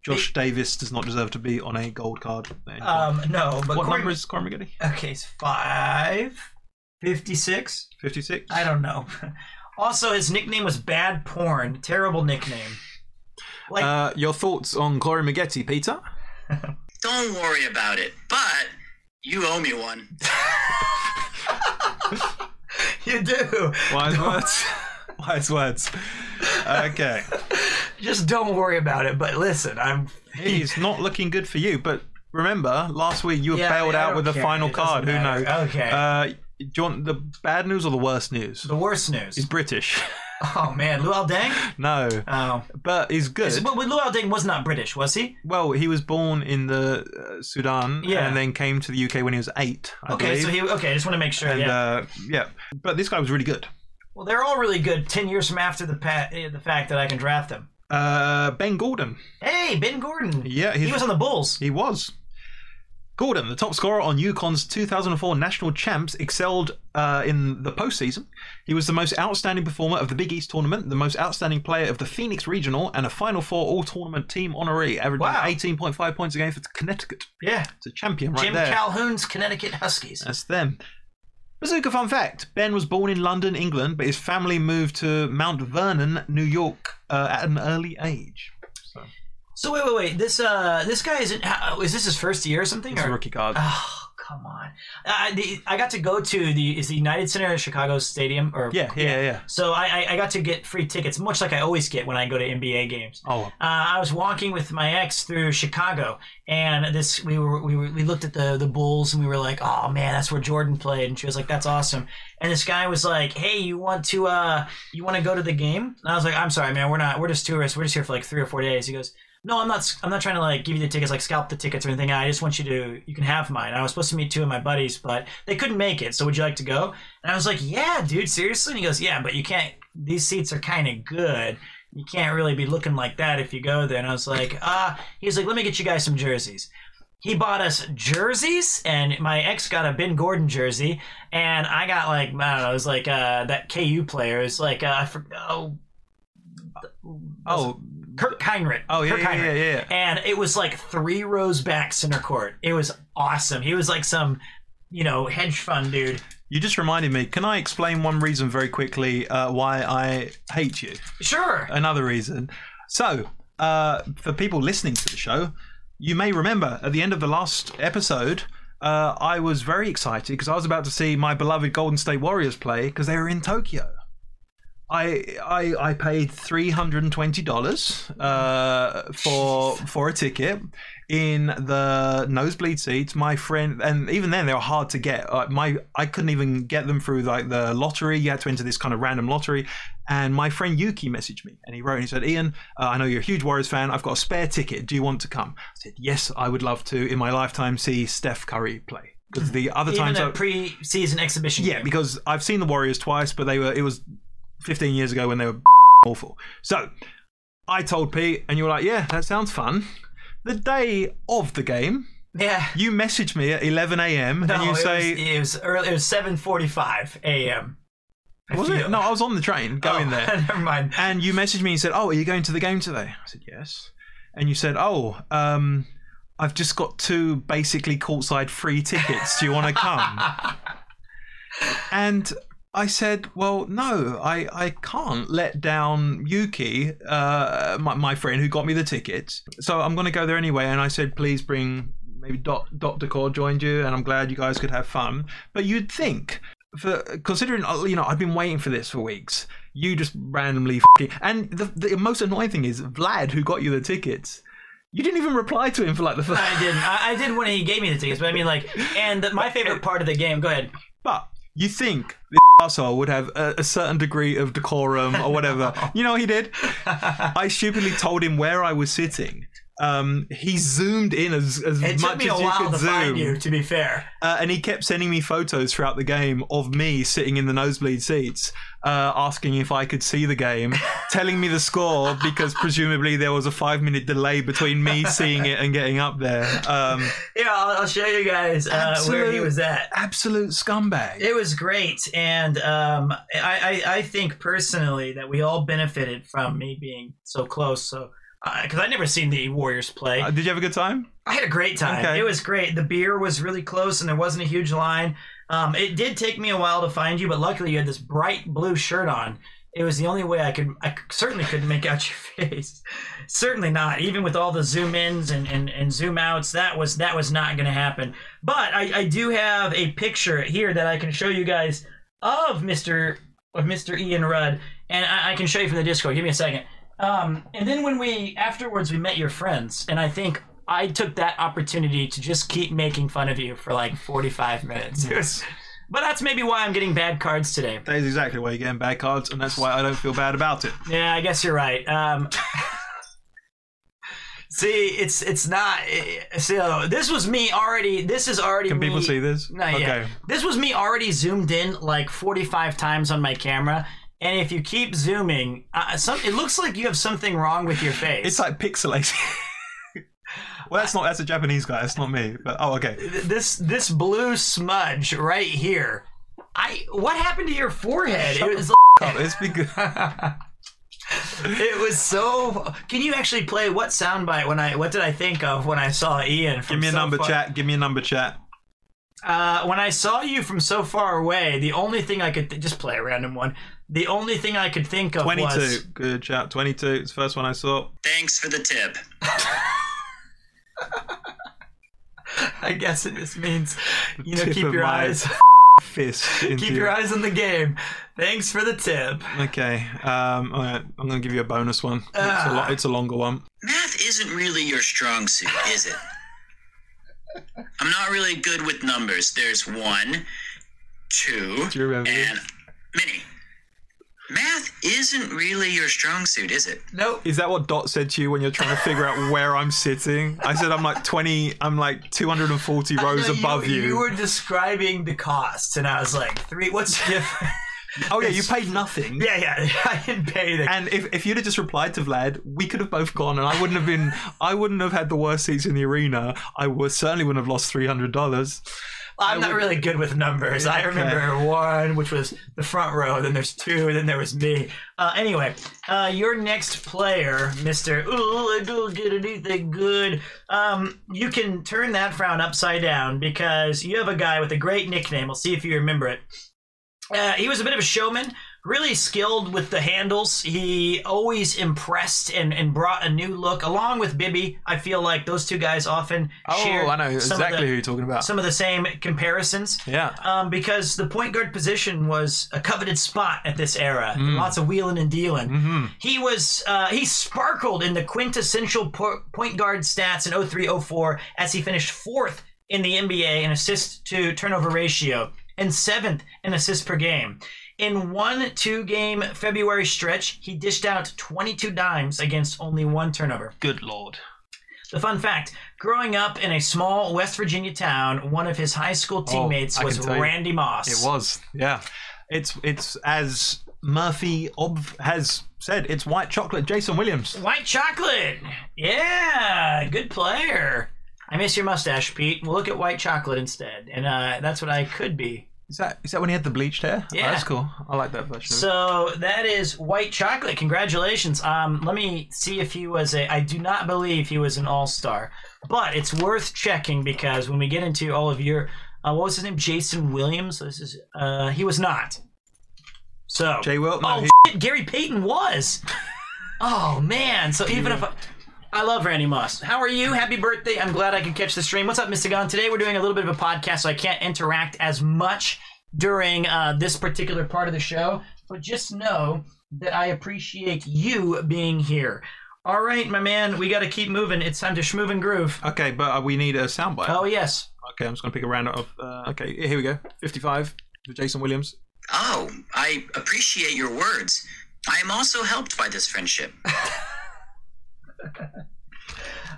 D: Josh Davis does not deserve to be on a gold card.
C: Um, no, but
D: what
C: Corey-
D: number is Cormac Getty?
C: Okay, it's five fifty-six.
D: 56?
C: I don't know. Also, his nickname was Bad Porn. Terrible nickname. Like,
D: Uh, your thoughts on Corey Maggette, Peter?
G: Don't worry about it. But you owe me one.
C: you do.
D: Wise words. Wise words. Okay.
C: Just don't worry about it. But listen, I'm.
D: He's not looking good for you, but remember, last week you were
C: Yeah,
D: bailed
C: I
D: out
C: don't
D: with a
C: care.
D: final
C: It doesn't
D: card. Who
C: matter.
D: knows?
C: Okay.
D: Uh, do you want the bad news or the worst news?
C: The worst news.
D: He's British.
C: Oh, man. Luau Deng?
D: No.
C: Oh.
D: But he's good.
C: Well, Luau Deng was not British, was he?
D: Well, he was born in the uh, Sudan
C: Yeah.
D: and then came to the UK when he was eight, I
C: Okay,
D: believe.
C: so he. Okay, I just want to make sure.
D: and
C: yeah.
D: uh, yeah, but this guy was really good.
C: well, they're all really good 10 years from after the, pa- eh, the fact that I can draft them.
D: Uh, ben Gordon,
C: Hey, Ben Gordon.
D: Yeah, he's-
C: he was on the Bulls.
D: he was. Gordon, the top scorer on UConn's 2004 national champs, excelled uh, in the postseason. He was the most outstanding performer of the Big East tournament, the most outstanding player of the Phoenix Regional, and a Final Four All Tournament team honoree, averaging
C: Wow.
D: 18.5 points a game for Connecticut.
C: yeah.
D: It's a champion right
C: Jim
D: there.
C: Calhoun's Connecticut Huskies.
D: That's them. Bazooka fun fact Ben was born in London, England, but his family moved to Mount Vernon, New York uh, at an early age.
C: So wait, wait, wait. This uh, this guy isn't. how- Is this his first year or something?
D: It's a
C: or-
D: rookie card.
C: Oh come on! I, the, I got to go to the is the United Center of Chicago Stadium or
D: yeah, yeah, yeah.
C: So I, I I got to get free tickets, much like I always get when I go to NBA games.
D: Oh,
C: Uh, I was walking with my ex through Chicago, and this we were we were we looked at the the Bulls, and we were like, "Oh man, that's where Jordan played." And she was like, "That's awesome." And this guy was like, "Hey, you want to uh you want to go to the game?" And I was like, "I'm sorry, man, we're not. We're just tourists. We're just here for like three or four days." He goes. No, I'm not. I'm not trying to like give you the tickets, like scalp the tickets or anything. I just want you to. You can have mine. I was supposed to meet two of my buddies, but they couldn't make it. So would you like to go? And I was like, Yeah, dude, seriously. And he goes, Yeah, but you can't. These seats are kind of good you can't really be looking like that if you go there. And I was like, ah, he was like, let me get you guys some jerseys. He bought us jerseys, and my ex got a Ben Gordon jersey, and I got like, I don't know, it was like uh, that KU player. It's like, uh, I for, oh,
D: oh,
C: Kirk Heinrich.
D: oh, yeah,
C: Kirk
D: yeah,
C: Heinrich.
D: yeah, yeah.
C: And it was like three rows back center court. It was awesome. He was like some, you know, hedge fund dude.
D: You just reminded me. Can I explain one reason very quickly uh, why I hate you?
C: Sure.
D: Another reason. So, uh, for people listening to the show, you may remember at the end of the last episode, uh, I was very excited because I was about to see my beloved Golden State Warriors play because they were in Tokyo. I I, I paid three hundred and twenty dollars uh, for for a ticket in the nosebleed seats. My friend, and even then they were hard to get. Uh, my I couldn't even get them through like the lottery. You had to enter this kind of random lottery. And my friend Yuki messaged me, and he wrote and he said, "Ian, uh, I know you're a huge Warriors fan. I've got a spare ticket. Do you want to come?" I said, "Yes, I would love to. In my lifetime, see Steph Curry play." Because the other
C: Even
D: times
C: a
D: I-
C: pre-season exhibition.
D: yeah,
C: game.
D: because I've seen the Warriors twice, but they were it was 15 years ago when they were awful. So I told Pete, and you were like, "Yeah, that sounds fun." The day of the game,
C: yeah.
D: you message me at 11 a.m.
C: No,
D: and you
C: it
D: say,
C: was, it was early. It was seven forty-five a.m. I
D: "Was
C: feel.
D: it?" No, I was on the train going
C: Oh,
D: there.
C: Never mind.
D: And you messaged me and said, "Oh, are you going to the game today?" I said, "Yes." And you said, "Oh, um, I've just got two basically courtside free tickets. Do you want to come?" and I said, "Well, no, I, I can't let down Yuki, uh, my, my friend who got me the tickets. So I'm going to go there anyway." And I said, "Please bring maybe Doc, Dr. Core joined you, and I'm glad you guys could have fun." But you'd think, for considering uh, you know I've been waiting for this for weeks, You just randomly fing and the, the most annoying thing is Vlad, who got you the tickets. You didn't even reply to him for like the first.
C: I didn't. I, I did when he gave me the tickets, but I mean, like, and the, my favorite part of the game. Go ahead.
D: But you think this asshole would have a, a certain degree of decorum or whatever? You know what he did? I stupidly told him where I was sitting. Um, he zoomed in as, as
C: It
D: much
C: took me a
D: as you
C: while
D: could
C: to
D: zoom,
C: find you. To be fair,
D: Uh, and he kept sending me photos throughout the game of me sitting in the nosebleed seats, uh, asking if I could see the game, telling me the score because presumably there was a five-minute delay between me seeing it and getting up there. Um,
C: yeah, I'll, I'll show you guys uh, where he
D: Absolute-
C: was at.
D: absolute scumbag.
C: It was great, and um, I, I I think personally that we all benefited from me being so close. So because I'd never seen the Warriors play,
D: Uh, did you have a good time?
C: I had a great time.
D: Okay.
C: It was great. The beer was really close, and there wasn't a huge line. Um, it did take me a while to find you, but luckily you had this bright blue shirt on. It was the only way I could. I certainly couldn't make out your face. certainly not. Even with all the zoom ins and, and, and zoom outs, that was that was not going to happen. But I, I do have a picture here that I can show you guys of Mister of Mister Ian Rudd, and I, I can show you from the Discord. Give me a second. Um, and then when we afterwards we met your friends, and I think I took that opportunity to just keep making fun of you for like forty five minutes. It was- but that's maybe why I'm getting bad cards today.
D: That is exactly why you're getting bad cards, and that's why I don't feel bad about it.
C: Yeah, I guess you're right. Um, see, it's it's not. eh, So this was me already. This is already.
D: Can people
C: me-
D: see this?
C: Not
D: okay.
C: yet. This was me already zoomed in like 45 times on my camera. And if you keep zooming, uh, some it looks like you have something wrong with your face.
D: It's like pixelated. well, that's not that's a Japanese guy. That's not me. But oh, okay.
C: Th- this this blue smudge right here. I what happened to your forehead? It was
D: Oh, it's because
C: it was so. Can you actually play what soundbite when I what did I think of when I saw Ian? From
D: give me a
C: so
D: number
C: far-
D: chat. Give me a number chat.
C: Uh, when I saw you from so far away, the only thing I could th- just play a random one. The only thing I could think of
D: Twenty-two.
C: was
D: Good chat. Twenty-two. It's the first one I saw.
G: Thanks for the tip.
C: I guess it just means you know
D: Tip
C: keep
D: of
C: your
D: my
C: eyes
D: Fist. Into
C: keep your eyes on the game. Thanks for the tip.
D: Okay. Um. All right. I'm gonna give you a bonus one. It's
C: Ah.
D: a, lo- it's a longer one.
G: Math isn't really your strong suit, is it? I'm not really good with numbers. There's one, two,
D: Do you remember?
G: and many. Math isn't really your strong suit, is it?
C: Nope.
D: Is that what Dot said to you when you're trying to figure out where I'm sitting? I said I'm like 20. I'm like 240 rows
C: No, you-
D: above
C: you. were describing the costs, and I was like, three. What's the difference?
D: Oh yeah, you paid nothing.
C: yeah, yeah. I didn't pay the.
D: And if, if you'd have just replied to Vlad, we could have both gone, and I wouldn't have been. I wouldn't have had the worst seats in the arena. I was certainly wouldn't have lost three hundred dollars.
C: I'm not really good with numbers. I remember one, which was the front row. Then there's two. Then there was me. Uh, anyway, uh, your next player, Mister. Ooh, I don't get anything good. Um, you can turn that frown upside down because you have a guy with a great nickname. I'll see if you remember it. Uh, he was a bit of a showman, really skilled with the handles. He always impressed and, and brought a new look, along with Bibby. I feel like those two guys often share some of the-
D: Oh, who you're talking about.
C: some of the same comparisons
D: yeah,
C: um, because the point guard position was a coveted spot at this era. Lots of wheeling and dealing. He was uh, he sparkled in the quintessential po- point guard stats in 03-04 as he finished fourth in the NBA in assist to turnover ratio and seventh in assists per game. In one two game February stretch, he dished out 22 dimes against only one turnover.
D: good lord.
C: The fun fact growing up in a small West Virginia town, one of his high school teammates
D: Oh, I can
C: was
D: tell you.
C: Randy Moss.
D: It was. Yeah, it's it's as Murphy Ob has said. It's white chocolate. Jason Williams.
C: White chocolate. Yeah, good player. I miss your mustache, Pete. We'll look at white chocolate instead. And uh, that's what I could be.
D: Is that is that when he had the bleached hair? Oh,
C: Yeah.
D: that's cool. I like that version. of it.
C: So that is white chocolate. Congratulations. Um, let me see if he was a. I do not believe he was an all star, but it's worth checking because when we get into all of your, uh, what was his name? Jason Williams. This is. Uh, he was not. So
D: Jay Will. No,
C: oh
D: he-
C: shit, Gary Payton was. oh man. So even if. I, I love Randy Moss. How are you? Happy birthday. I'm glad I could catch the stream. What's up, Mr. Gon? Today we're doing a little bit of a podcast, so I can't interact as much during uh, this particular part of the show. But just know that I appreciate you being here. All right, my man, we got to keep moving. It's time to schmoove and groove.
D: Okay, but uh, we need a soundbite.
C: Oh, yes.
D: Okay, I'm just gonna pick a round up. Uh, okay, here we go. 55 for Jason Williams.
G: Oh, I appreciate your words. I am also helped by this friendship.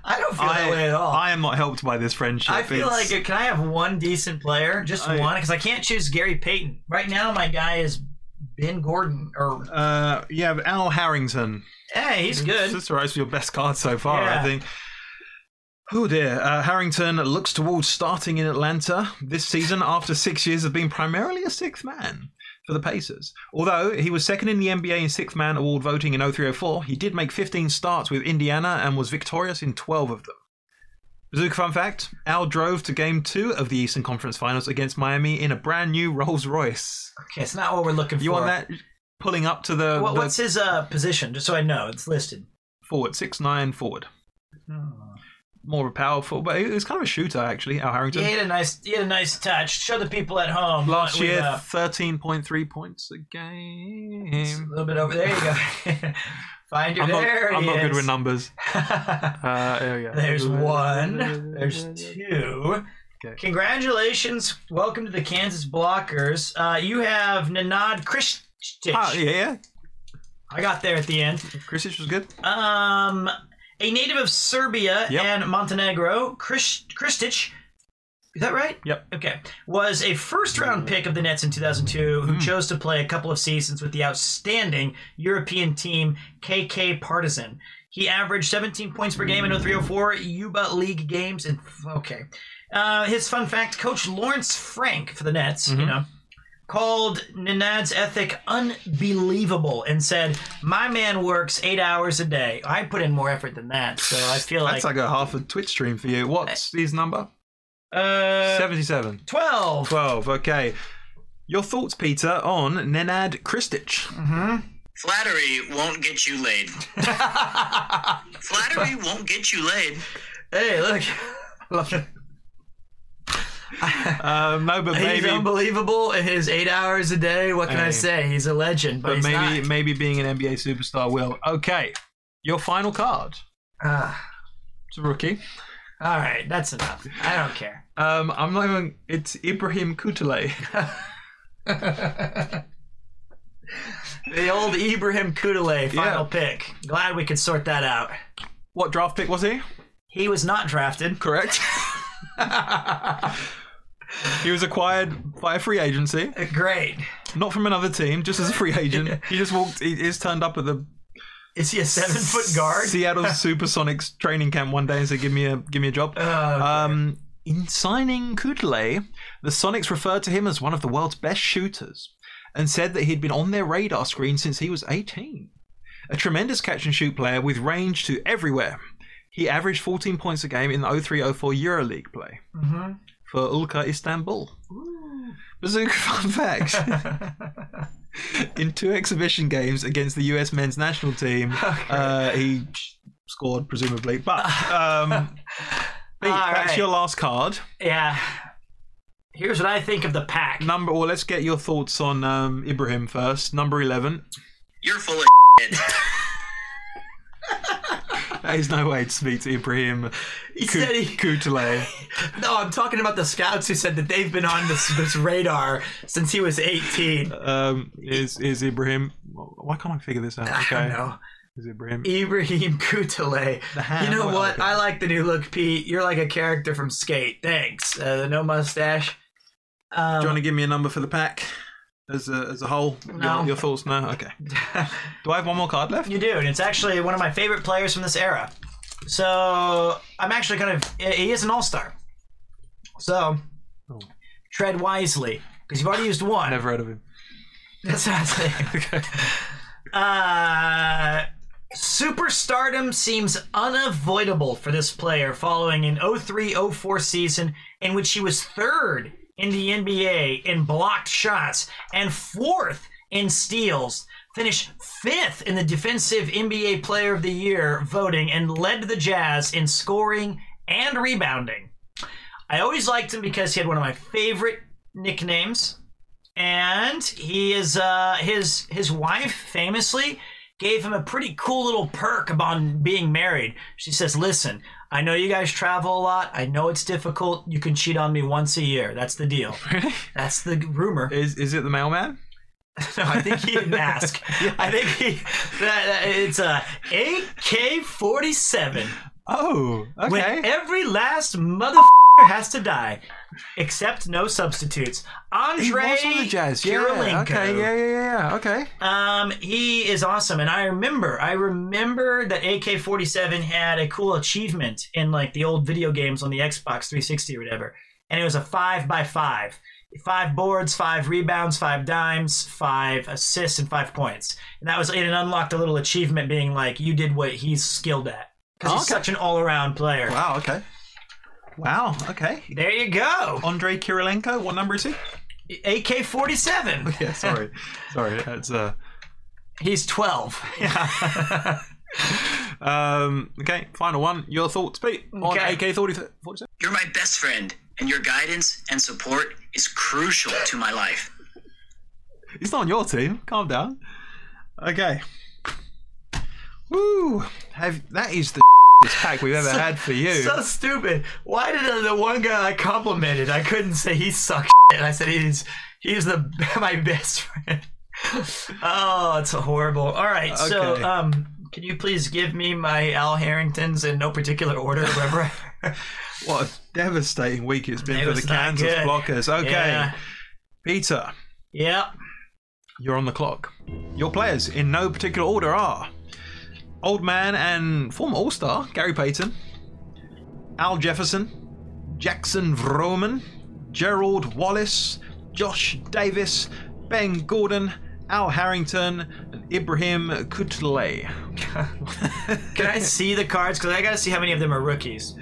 C: I don't feel that way at all. I,
D: I am not helped by this friendship.
C: feel
D: It's- Oh,
C: like, can I have one decent player? Just
D: I-
C: one? Because I can't choose Gary Payton. Right now, my guy is Ben Gordon. Or
D: Uh, yeah, but Al Harrington.
C: Hey, he's good.
D: This arrives for your best card so far,
C: Yeah.
D: I think. Oh dear. Uh, Harrington looks towards starting in Atlanta this season after six years of being primarily a sixth man for the Pacers. Although he was second in the NBA in sixth man award voting in 0304, he did make 15 starts with Indiana and was victorious in 12 of them. Bazooka fun fact Al drove to game two of the Eastern Conference Finals against Miami in a brand new Rolls Royce.
C: Okay, it's not what we're looking for.
D: You want that? Pulling up to the,
C: What,
D: the
C: what's his uh, position? Just so I know, it's listed.
D: forward, six nine forward.
C: Hmm.
D: More of a powerful, but he was kind of a shooter actually. Al
C: He
D: Harrington
C: had a nice, he had a nice touch. Show the people at home.
D: last
C: what we,
D: year,
C: uh,
D: thirteen point three points a
C: a
D: game.
C: little bit over. There you go. Find your.
D: I'm not,
C: there
D: I'm
C: he
D: not good
C: is.
D: with numbers. Uh, there we go.
C: There's one. There's two.
D: Okay.
C: Congratulations. Welcome to the Kansas Blockers. Uh, you have Nanad Kristich.
D: Ah, yeah, yeah.
C: I got there at the end.
D: Krisic was good.
C: Um, a native of Serbia
D: Yep.
C: and Montenegro, Kris- Krstić, is that right?
D: Yep.
C: Okay. Was a first round pick of the Nets in 2002
D: Mm.
C: who chose to play a couple of seasons with the outstanding European team KK Partizan. He averaged 17 points per game in 0304 Yuba League games. And okay. Uh, his fun fact coach Lawrence Frank for the Nets,
D: Mm-hmm.
C: you know, called Nanad's ethic unbelievable and said, My man works eight hours a day. I put in more effort than that. So I feel like.
D: That's like a half a Twitch stream for you. What's his number?
C: uh,
D: Seventy-seven.
C: 12.
D: 12, okay. Your thoughts, Peter, on Nenad Kristich?
G: Flattery won't get you laid. Flattery won't get you laid.
C: Hey, look. Love it.
D: Um, no, but
C: He's
D: maybe
C: unbelievable. in his eight hours a day. What can I
D: Hey.
C: say? He's a legend, but,
D: but
C: he's
D: maybe
C: not.
D: maybe being an NBA superstar will. Okay, your final card.
C: Ah,
D: It's a rookie.
C: all right, that's enough. I don't care.
D: Um, I'm not even. It's Ibrahim Kutule.
C: The old Ibrahim Kudale final
D: Yeah.
C: pick. Glad we could sort that out.
D: what draft pick was he?
C: He was not drafted.
D: Correct. he was acquired by a free agency,
C: Great.
D: not from another team, just as a free agent. He just walked. He is turned up at the
C: Is he a seven foot guard?
D: Seattle Supersonics training camp one day and said, "Give me a give me a job."
C: Uh,
D: Um, in signing Kudle, the Sonics referred to him as one of the world's best shooters and said that he'd been on their radar screen since he was 18. A tremendous catch and shoot player with range to everywhere. He averaged 14 points a game in the 0304 EuroLeague play
C: Mm-hmm.
D: for Ulka Istanbul. Bazooka fun fact. in two exhibition games against the US men's national team, uh, he scored presumably. But um, Pete,
C: All
D: that's
C: right.
D: your last card.
C: yeah. Here's what I think of the pack.
D: Number. Well, let's get your thoughts on um, Ibrahim first. Number eleven.
G: You're full of shit.
D: There is no way to speak to Ibrahim
C: He
D: Ku-
C: said he-
D: Kutule.
C: No, I'm talking about the scouts who said that they've been on this, this radar since he was 18.
D: Um, is is Ibrahim? Why can't I figure this out?
C: I
D: Okay,
C: don't know.
D: is Ibrahim?
C: Ibrahim Kutale.
D: The hand.
C: You know
D: Well,
C: what?
D: okay.
C: I like the new look, Pete. You're like a character from Skate. Thanks. Uh, the no mustache. Um,
D: Do you want to give me a number for the pack as a as a whole?
C: No.
D: Your, your thoughts now. Okay.
C: Um,
D: Do I have one more card left?
C: You do, and it's actually one of my favorite players from this era. So I'm actually kind of he is an all star. So tread wisely because you've already used one.
D: Never heard of him.
C: That's what I'm saying. Uh, superstardom seems unavoidable for this player following an 03-04 season in which he was third in the NBA in blocked shots and fourth in steals. Finished fifth in the Defensive NBA Player of the Year voting and led the Jazz in scoring and rebounding. I always liked him because he had one of my favorite nicknames and he is uh, his his wife famously gave him a pretty cool little perk upon being married. She says, "Listen, I know you guys travel a lot. I know it's difficult. You can cheat on me once a year. That's the deal. That's the rumor."
D: Is is it the mailman?
C: No, I think he didn't ask. I think he that, that- it's a AK forty seven.
D: Oh, okay.
C: When every last mother has to die, except no substitutes.
D: He
C: Andre
D: was on the jazz. Yeah.
C: Kirilenko.
D: Okay. Yeah. Yeah. Yeah. Okay.
C: Um, he is awesome, and I remember, I remember that AK forty seven had a cool achievement in like the old video games on the Xbox three sixty or whatever, and it was a five by five, five boards, five rebounds, five dimes, five assists, and five points, and that was it. Unlocked a little achievement, being like you did what he's skilled at because he's
D: Okay.
C: such an all around player.
D: Wow. Okay. Wow. Okay.
C: There you go,
D: Andre Kirilenko. What number is he?
C: AK forty seven.
D: Yeah. Sorry. sorry. That's uh.
C: He's twelve.
D: Yeah. um. Okay. Final one. Your thoughts, Pete, on
C: Okay.
D: AK forty seven.
G: You're my best friend, and your guidance and support is crucial to my life.
D: He's not on your team. Calm down. Okay. Woo. Have that is the pack we've ever had for you.
C: So stupid. Why did uh, the one guy I complimented? I couldn't say he sucks. Shit. I said he's he's the my best friend. oh, it's horrible. All right, so
D: Okay.
C: um, can you please give me my Al Harringtons in no particular order, whatever?
D: What a devastating week it's been
C: It
D: for
C: was
D: the
C: not
D: Kansas
C: good.
D: Blockers. Okay,
C: Yeah.
D: Peter,
C: yep.
D: you're on the clock. Your players, in no particular order, are old man and former All Star Gary Payton, Al Jefferson, Jackson Vroman, Gerald Wallace, Josh Davis, Ben Gordon, Al Harrington, and Ibrahim Kutlay.
C: Can I see the cards? Because I got to see how many of them are rookies.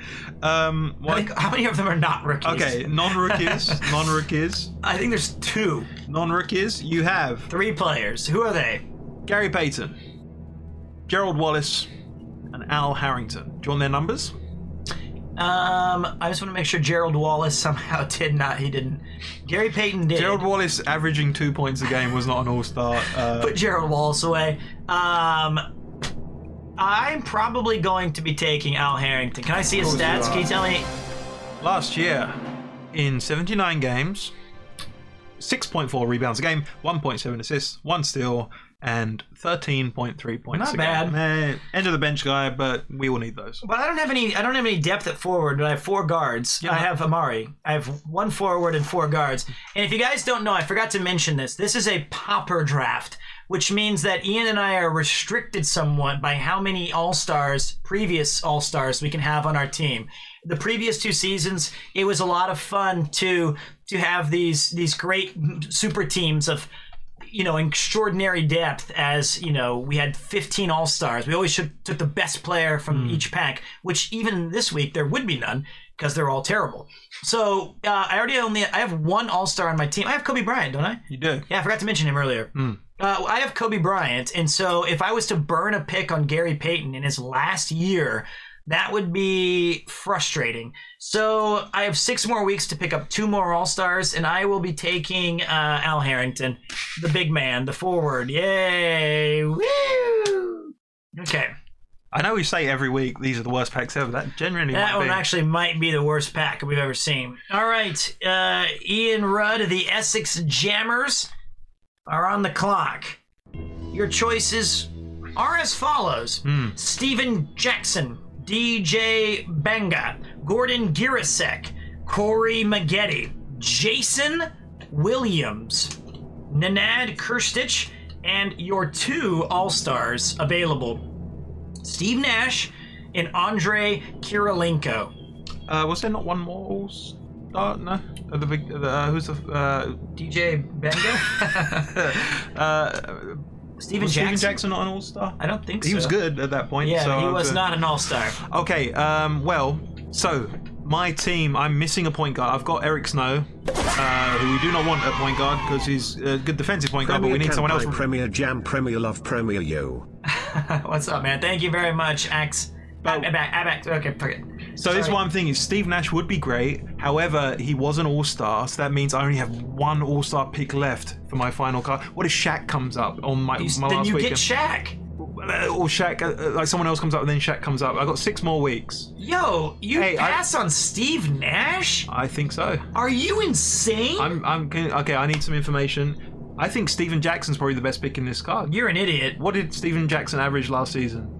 D: Um,
C: I
D: what-
C: think, how many of them are not rookies?
D: okay, non rookies, non rookies,
C: I think there's two,
D: non rookies. You have
C: three players. Who are they?
D: Gary Payton, Gerald Wallace, and Al Harrington. Do you want their numbers?
C: Um, I just want to make sure Gerald Wallace somehow did not. He didn't. Gary Payton did.
D: Gerald Wallace averaging two points a game was not an all star. Uh,
C: put Gerald Wallace away. Um, I'm probably going to be taking Al Harrington. Can I see his stats? Can you tell me?
D: last year, in 79 games, 6.4 rebounds a game, 1.7 assists, one steal, and 13.3 points
C: Not
D: a
C: bad.
D: game. Eh, end of the bench guy, but we will need those.
C: But I don't have any. I don't have any depth at forward. But I have four guards. I have Amari. I have one forward and four guards. And if you guys don't know, I forgot to mention this. This is a popper draft, which means that Ian and I are restricted somewhat by how many All Stars, previous All Stars, we can have on our team. The previous two seasons, it was a lot of fun to to have these these great super teams of you know extraordinary depth as you know we had 15 all stars we always should, took the best player from each pack which even this week there would be none because they're all terrible so uh, i already only i have one all star on my team i have kobe bryant don't i
D: You do.
C: yeah i forgot to mention him earlier uh, i have kobe bryant and so if i was to burn a pick on gary payton in his last year that would be frustrating. So I have six more weeks to pick up two more All Stars, and I will be taking uh, Al Harrington, the big man, the forward. Yay! Woo! Okay,
D: I know we say every week these are the worst packs ever. That generally
C: that
D: might
C: one
D: be.
C: actually might be the worst pack we've ever seen. All right, uh, Ian Rudd, the Essex Jammers, are on the clock. Your choices are as follows.
D: Hmm.
C: Steven Jackson, DJ Benga, Gordon Girasek, Corey Maggette, Jason Williams, Nanad Kirstich, and your two All Stars available Steve Nash and Andre Kirilenko.
D: Uh, was there not one more all star? No. Uh, the big. Uh, who's the. Uh,
C: DJ Benga?
D: uh,
C: Steven
D: was
C: Jackson?
D: Steven Jackson not an all star?
C: I don't think so.
D: He was good at that point.
C: Yeah,
D: so
C: he
D: I
C: was
D: uh,
C: not an All Star.
D: Okay, um, well, so my team, I'm missing a point guard. I've got Eric Snow, uh, who we do not want at point guard because he's a good defensive point guard, but we need someone else. from-
H: Premier Jam, Premier Love, Premier Yo.
C: What's up, man? Thank you very much, Axe.
D: But-
C: Abac- Abac- okay, forget.
D: Oh. So this
C: Sorry.
D: one thing is Steve Nash would be great. However, he was an all star, so that means I only have one all star pick left for my final card. What if Shaq comes up on my,
C: You,
D: my
C: then
D: last
C: you
D: weekend?
C: get Shaq.
D: Uh, or Shaq, uh, uh, like someone else comes up and then Shaq comes up. I got six more weeks.
C: Yo, you
D: Hey, I-
C: pass on Steve Nash?
D: I think so.
C: Are you insane?
D: I'm, I'm can- okay. I need some information. I think Steven Jackson's probably the best pick in this card.
C: You're an idiot.
D: What did Steven Jackson average last season?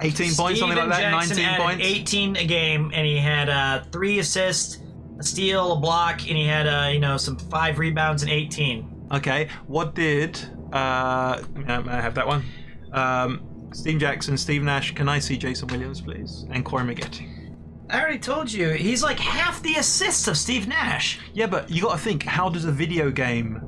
D: 18 points, something like
C: Steven
D: that.
C: Jackson
D: 19
C: had
D: points.
C: 18 a game, and he had uh, three assists, a steal, a block, and he had uh, you know some five rebounds and 18.
D: Okay, what did uh, um, I have that one? Um, Steve Jackson, Steve Nash. Can I see Jason Williams, please? And Corey Maggette.
C: I already told you he's like half the assists of Steve Nash.
D: Yeah, but you got to think. How does a video game?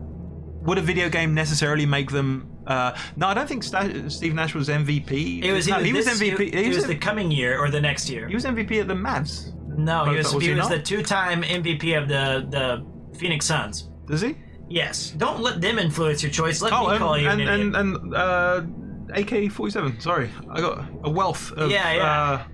D: Would a video game necessarily make them? Uh, no, I don't think Sta- Steve Nash was MVP.
C: It was
D: no,
C: either
D: he was
C: this- It,
D: MVP.
C: it was the coming year or the next year.
D: he was MVP at the Mavs.
C: no, he
D: Oh,
C: was,
D: was
C: he
D: he
C: was
D: not?
C: the two-time MVP of the the Phoenix Suns.
D: Does he?
C: Yes, don't let them influence your choice. Let
D: Oh,
C: me call
D: and
C: you
D: and
C: an idiot.
D: and, and uh, AK forty seven. Sorry, I got a wealth of.
C: Yeah, yeah.
D: Uh,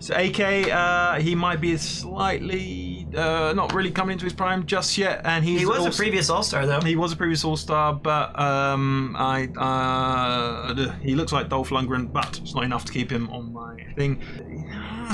D: so AK, uh, he might be slightly uh, not really coming into his prime just yet, and he's
C: he was a
D: also-
C: previous All-Star though.
D: He was a previous All Star, but um, I uh, he looks like Dolph Lundgren, but it's not enough to keep him on my thing.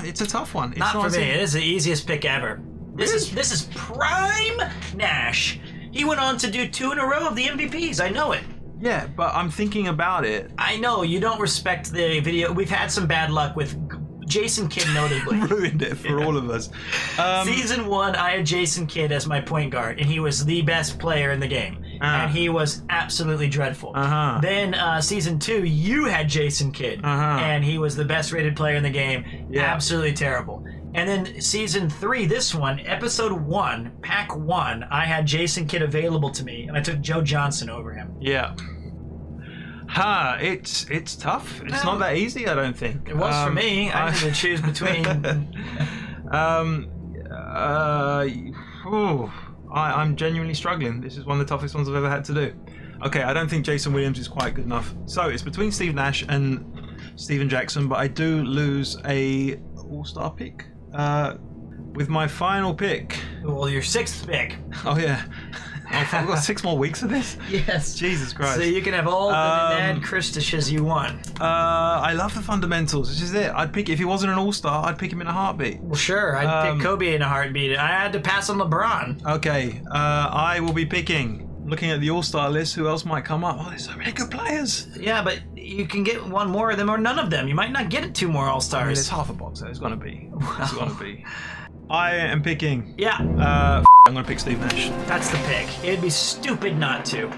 D: It's a tough one. It's
C: Not for
D: as
C: me.
D: easy-
C: It is the easiest pick ever. This is this is prime Nash. He went on to do two in a row of the MVPs. I know it.
D: Yeah, but I'm thinking about it.
C: I know you don't respect the video. We've had some bad luck with G- Jason Kidd, notably.
D: Ruined it for all of us. Um,
C: Season one, I had Jason Kidd as my point guard, and he was the best player in the game,
D: Ah.
C: and he was absolutely dreadful.
D: Uh-huh.
C: Then uh, season two, you had Jason Kidd,
D: Uh-huh.
C: and he was the best rated player in the game.
D: Yeah.
C: Absolutely terrible. And then season three, this one, episode one, pack one, I had Jason Kidd available to me, and I took Joe Johnson over him.
D: Yeah. Ha! It's it's tough. It's
C: Well,
D: not that easy. I don't think
C: It was for
D: Um,
C: me. I had to choose between.
D: um. Uh. ooh, I, I'm genuinely struggling. This is one of the toughest ones I've ever had to do. Okay, I don't think Jason Williams is quite good enough. So it's between Steve Nash and Steven Jackson, but I do lose a All-Star pick. Uh, with my final pick.
C: Well, your sixth pick.
D: Oh yeah. I've got six more weeks of this.
C: Yes.
D: Jesus Christ.
C: So you can have all the
D: Um,
C: Ned Christishes you want.
D: Uh, I love the fundamentals. This is it. I'd pick if he wasn't an all-star. I'd pick him in a heartbeat.
C: Well, sure. I'd
D: um,
C: pick Kobe in a heartbeat. I had to pass on LeBron.
D: Okay, uh, I will be picking. Looking at the all-star list, who else might come up? Oh, there's so many good players.
C: Yeah, but you can get one more of them or none of them. You might not get two more All
D: I mean,
C: Stars.
D: it's half a box. So it's gonna be. It's gonna be. I am picking.
C: yeah,
D: Uh, f- I'm gonna pick Steve Nash.
C: that's the pick. It'd be stupid not to.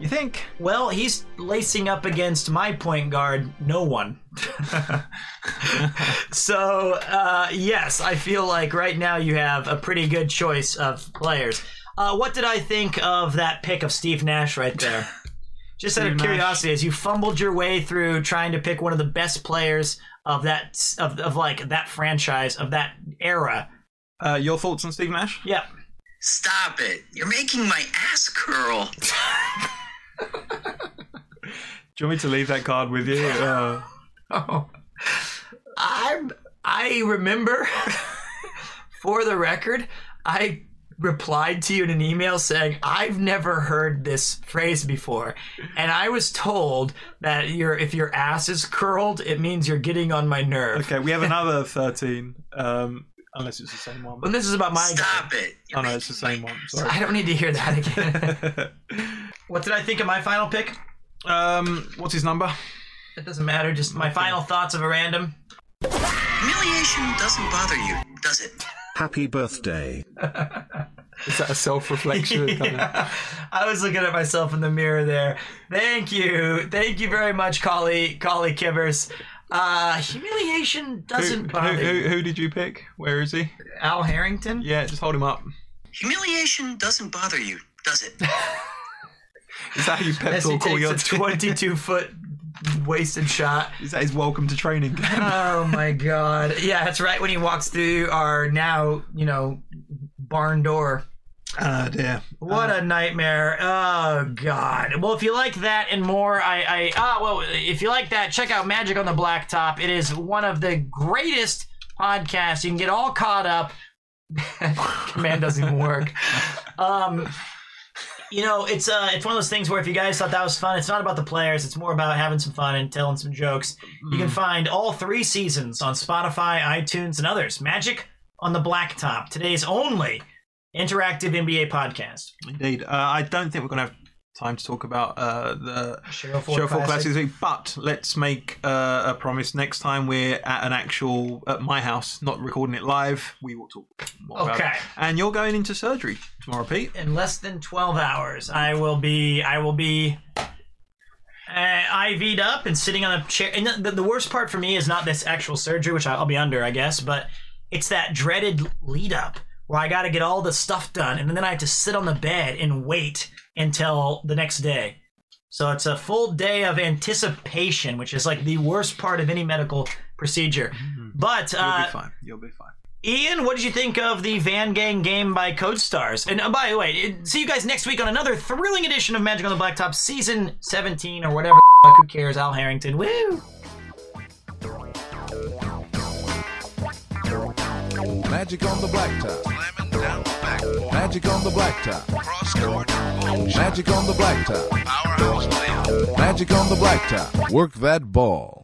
D: You think?
C: Well, he's lacing up against my point guard, no one. so, uh, yes, I feel like right now you have a pretty good choice of players. Uh, what did I think of that pick of Steve Nash right there? Just out of
D: Steve Nash.
C: curiosity, as you fumbled your way through trying to pick one of the best players of that of, of like that franchise of that era.
D: Uh, your thoughts on Steve Nash?
C: Yep.
G: Stop it. You're making my ass curl.
D: Do you want me to leave that card with you? Uh,
C: I'm I remember for the record, I replied to you in an email saying I've never heard this phrase before. And I was told that your if your ass is curled, it means you're getting on my nerve.
D: okay, we have another 13. Um, unless it's the same one.
C: And this is about my guy.
G: Stop it.
D: Oh
G: You're
D: no, it's the same one. Sorry.
C: I don't need to hear that again. what did I think of my final pick?
D: um, what's his number?
C: It doesn't matter, just my final thoughts of a random.
G: Humiliation doesn't bother you, does it?
H: Happy birthday.
D: Is that a self-reflection?
C: I was looking at myself in the mirror there. Thank you. Thank you very much, Collie, Collie Kibbers. Uh, humiliation
D: Who,
C: doesn't
D: who,
C: bother
D: who,
C: you.
D: who did you pick? Where is he?
C: Al Harrington?
D: Yeah, just hold him up.
G: Humiliation doesn't bother you, does it?
D: Is that how you pep
C: As he
D: talk all your
C: takes a
D: team?
C: 22 foot wasted shot.
D: Is that his welcome to training?
C: Oh my God. Yeah, that's right. When he walks through our now, you know, barn door.
D: Ah, dear.
C: What a nightmare! Oh God. Well, if you like that and more, I, I ah well, if you like that, check out Magic on the Blacktop. It is one of the greatest podcasts. You can get all caught up command doesn't work. Um, you know, it's uh, it's one of those things where if you guys thought that was fun, it's not about the players. It's more about having some fun and telling some jokes. You can find all three seasons on Spotify, iTunes, and others. Magic on the Blacktop, today's only interactive NBA podcast.
D: Indeed. Uh, I don't think we're going to have time to talk about uh, the
C: Cheryl Ford
D: Cheryl Ford
C: Classic.
D: Classic this week, but let's make uh, a promise. Next time we're at an actual, at my house, not recording it live, we will talk more about it.
C: Okay.
D: And you're going into surgery tomorrow, Pete.
C: In less than twelve hours, I will be I will be uh, IV'd up and sitting on a chair. And the, the worst part for me is not this actual surgery, which I'll be under, I guess, but it's that dreaded lead up where I got to get all the stuff done, and then I have to sit on the bed and wait until the next day. So it's a full day of anticipation, which is like the worst part of any medical procedure. But
D: Mm-hmm. You'll
C: uh,
D: be fine. You'll be fine.
C: Ian, what did you think of the Van Gang game by Code Stars? And uh, by the way, it- see you guys next week on another thrilling edition of Magic on the Blacktop, season 17 or whatever. the fuck, Who cares? Al Harrington. Woo!
A: Magic on the blacktop.
B: Slamming down the backboard.
A: Magic on the blacktop.
B: Cross court boom shot.
A: Magic on the blacktop.
B: Powerhouse player.
A: Magic on the blacktop. Work that ball.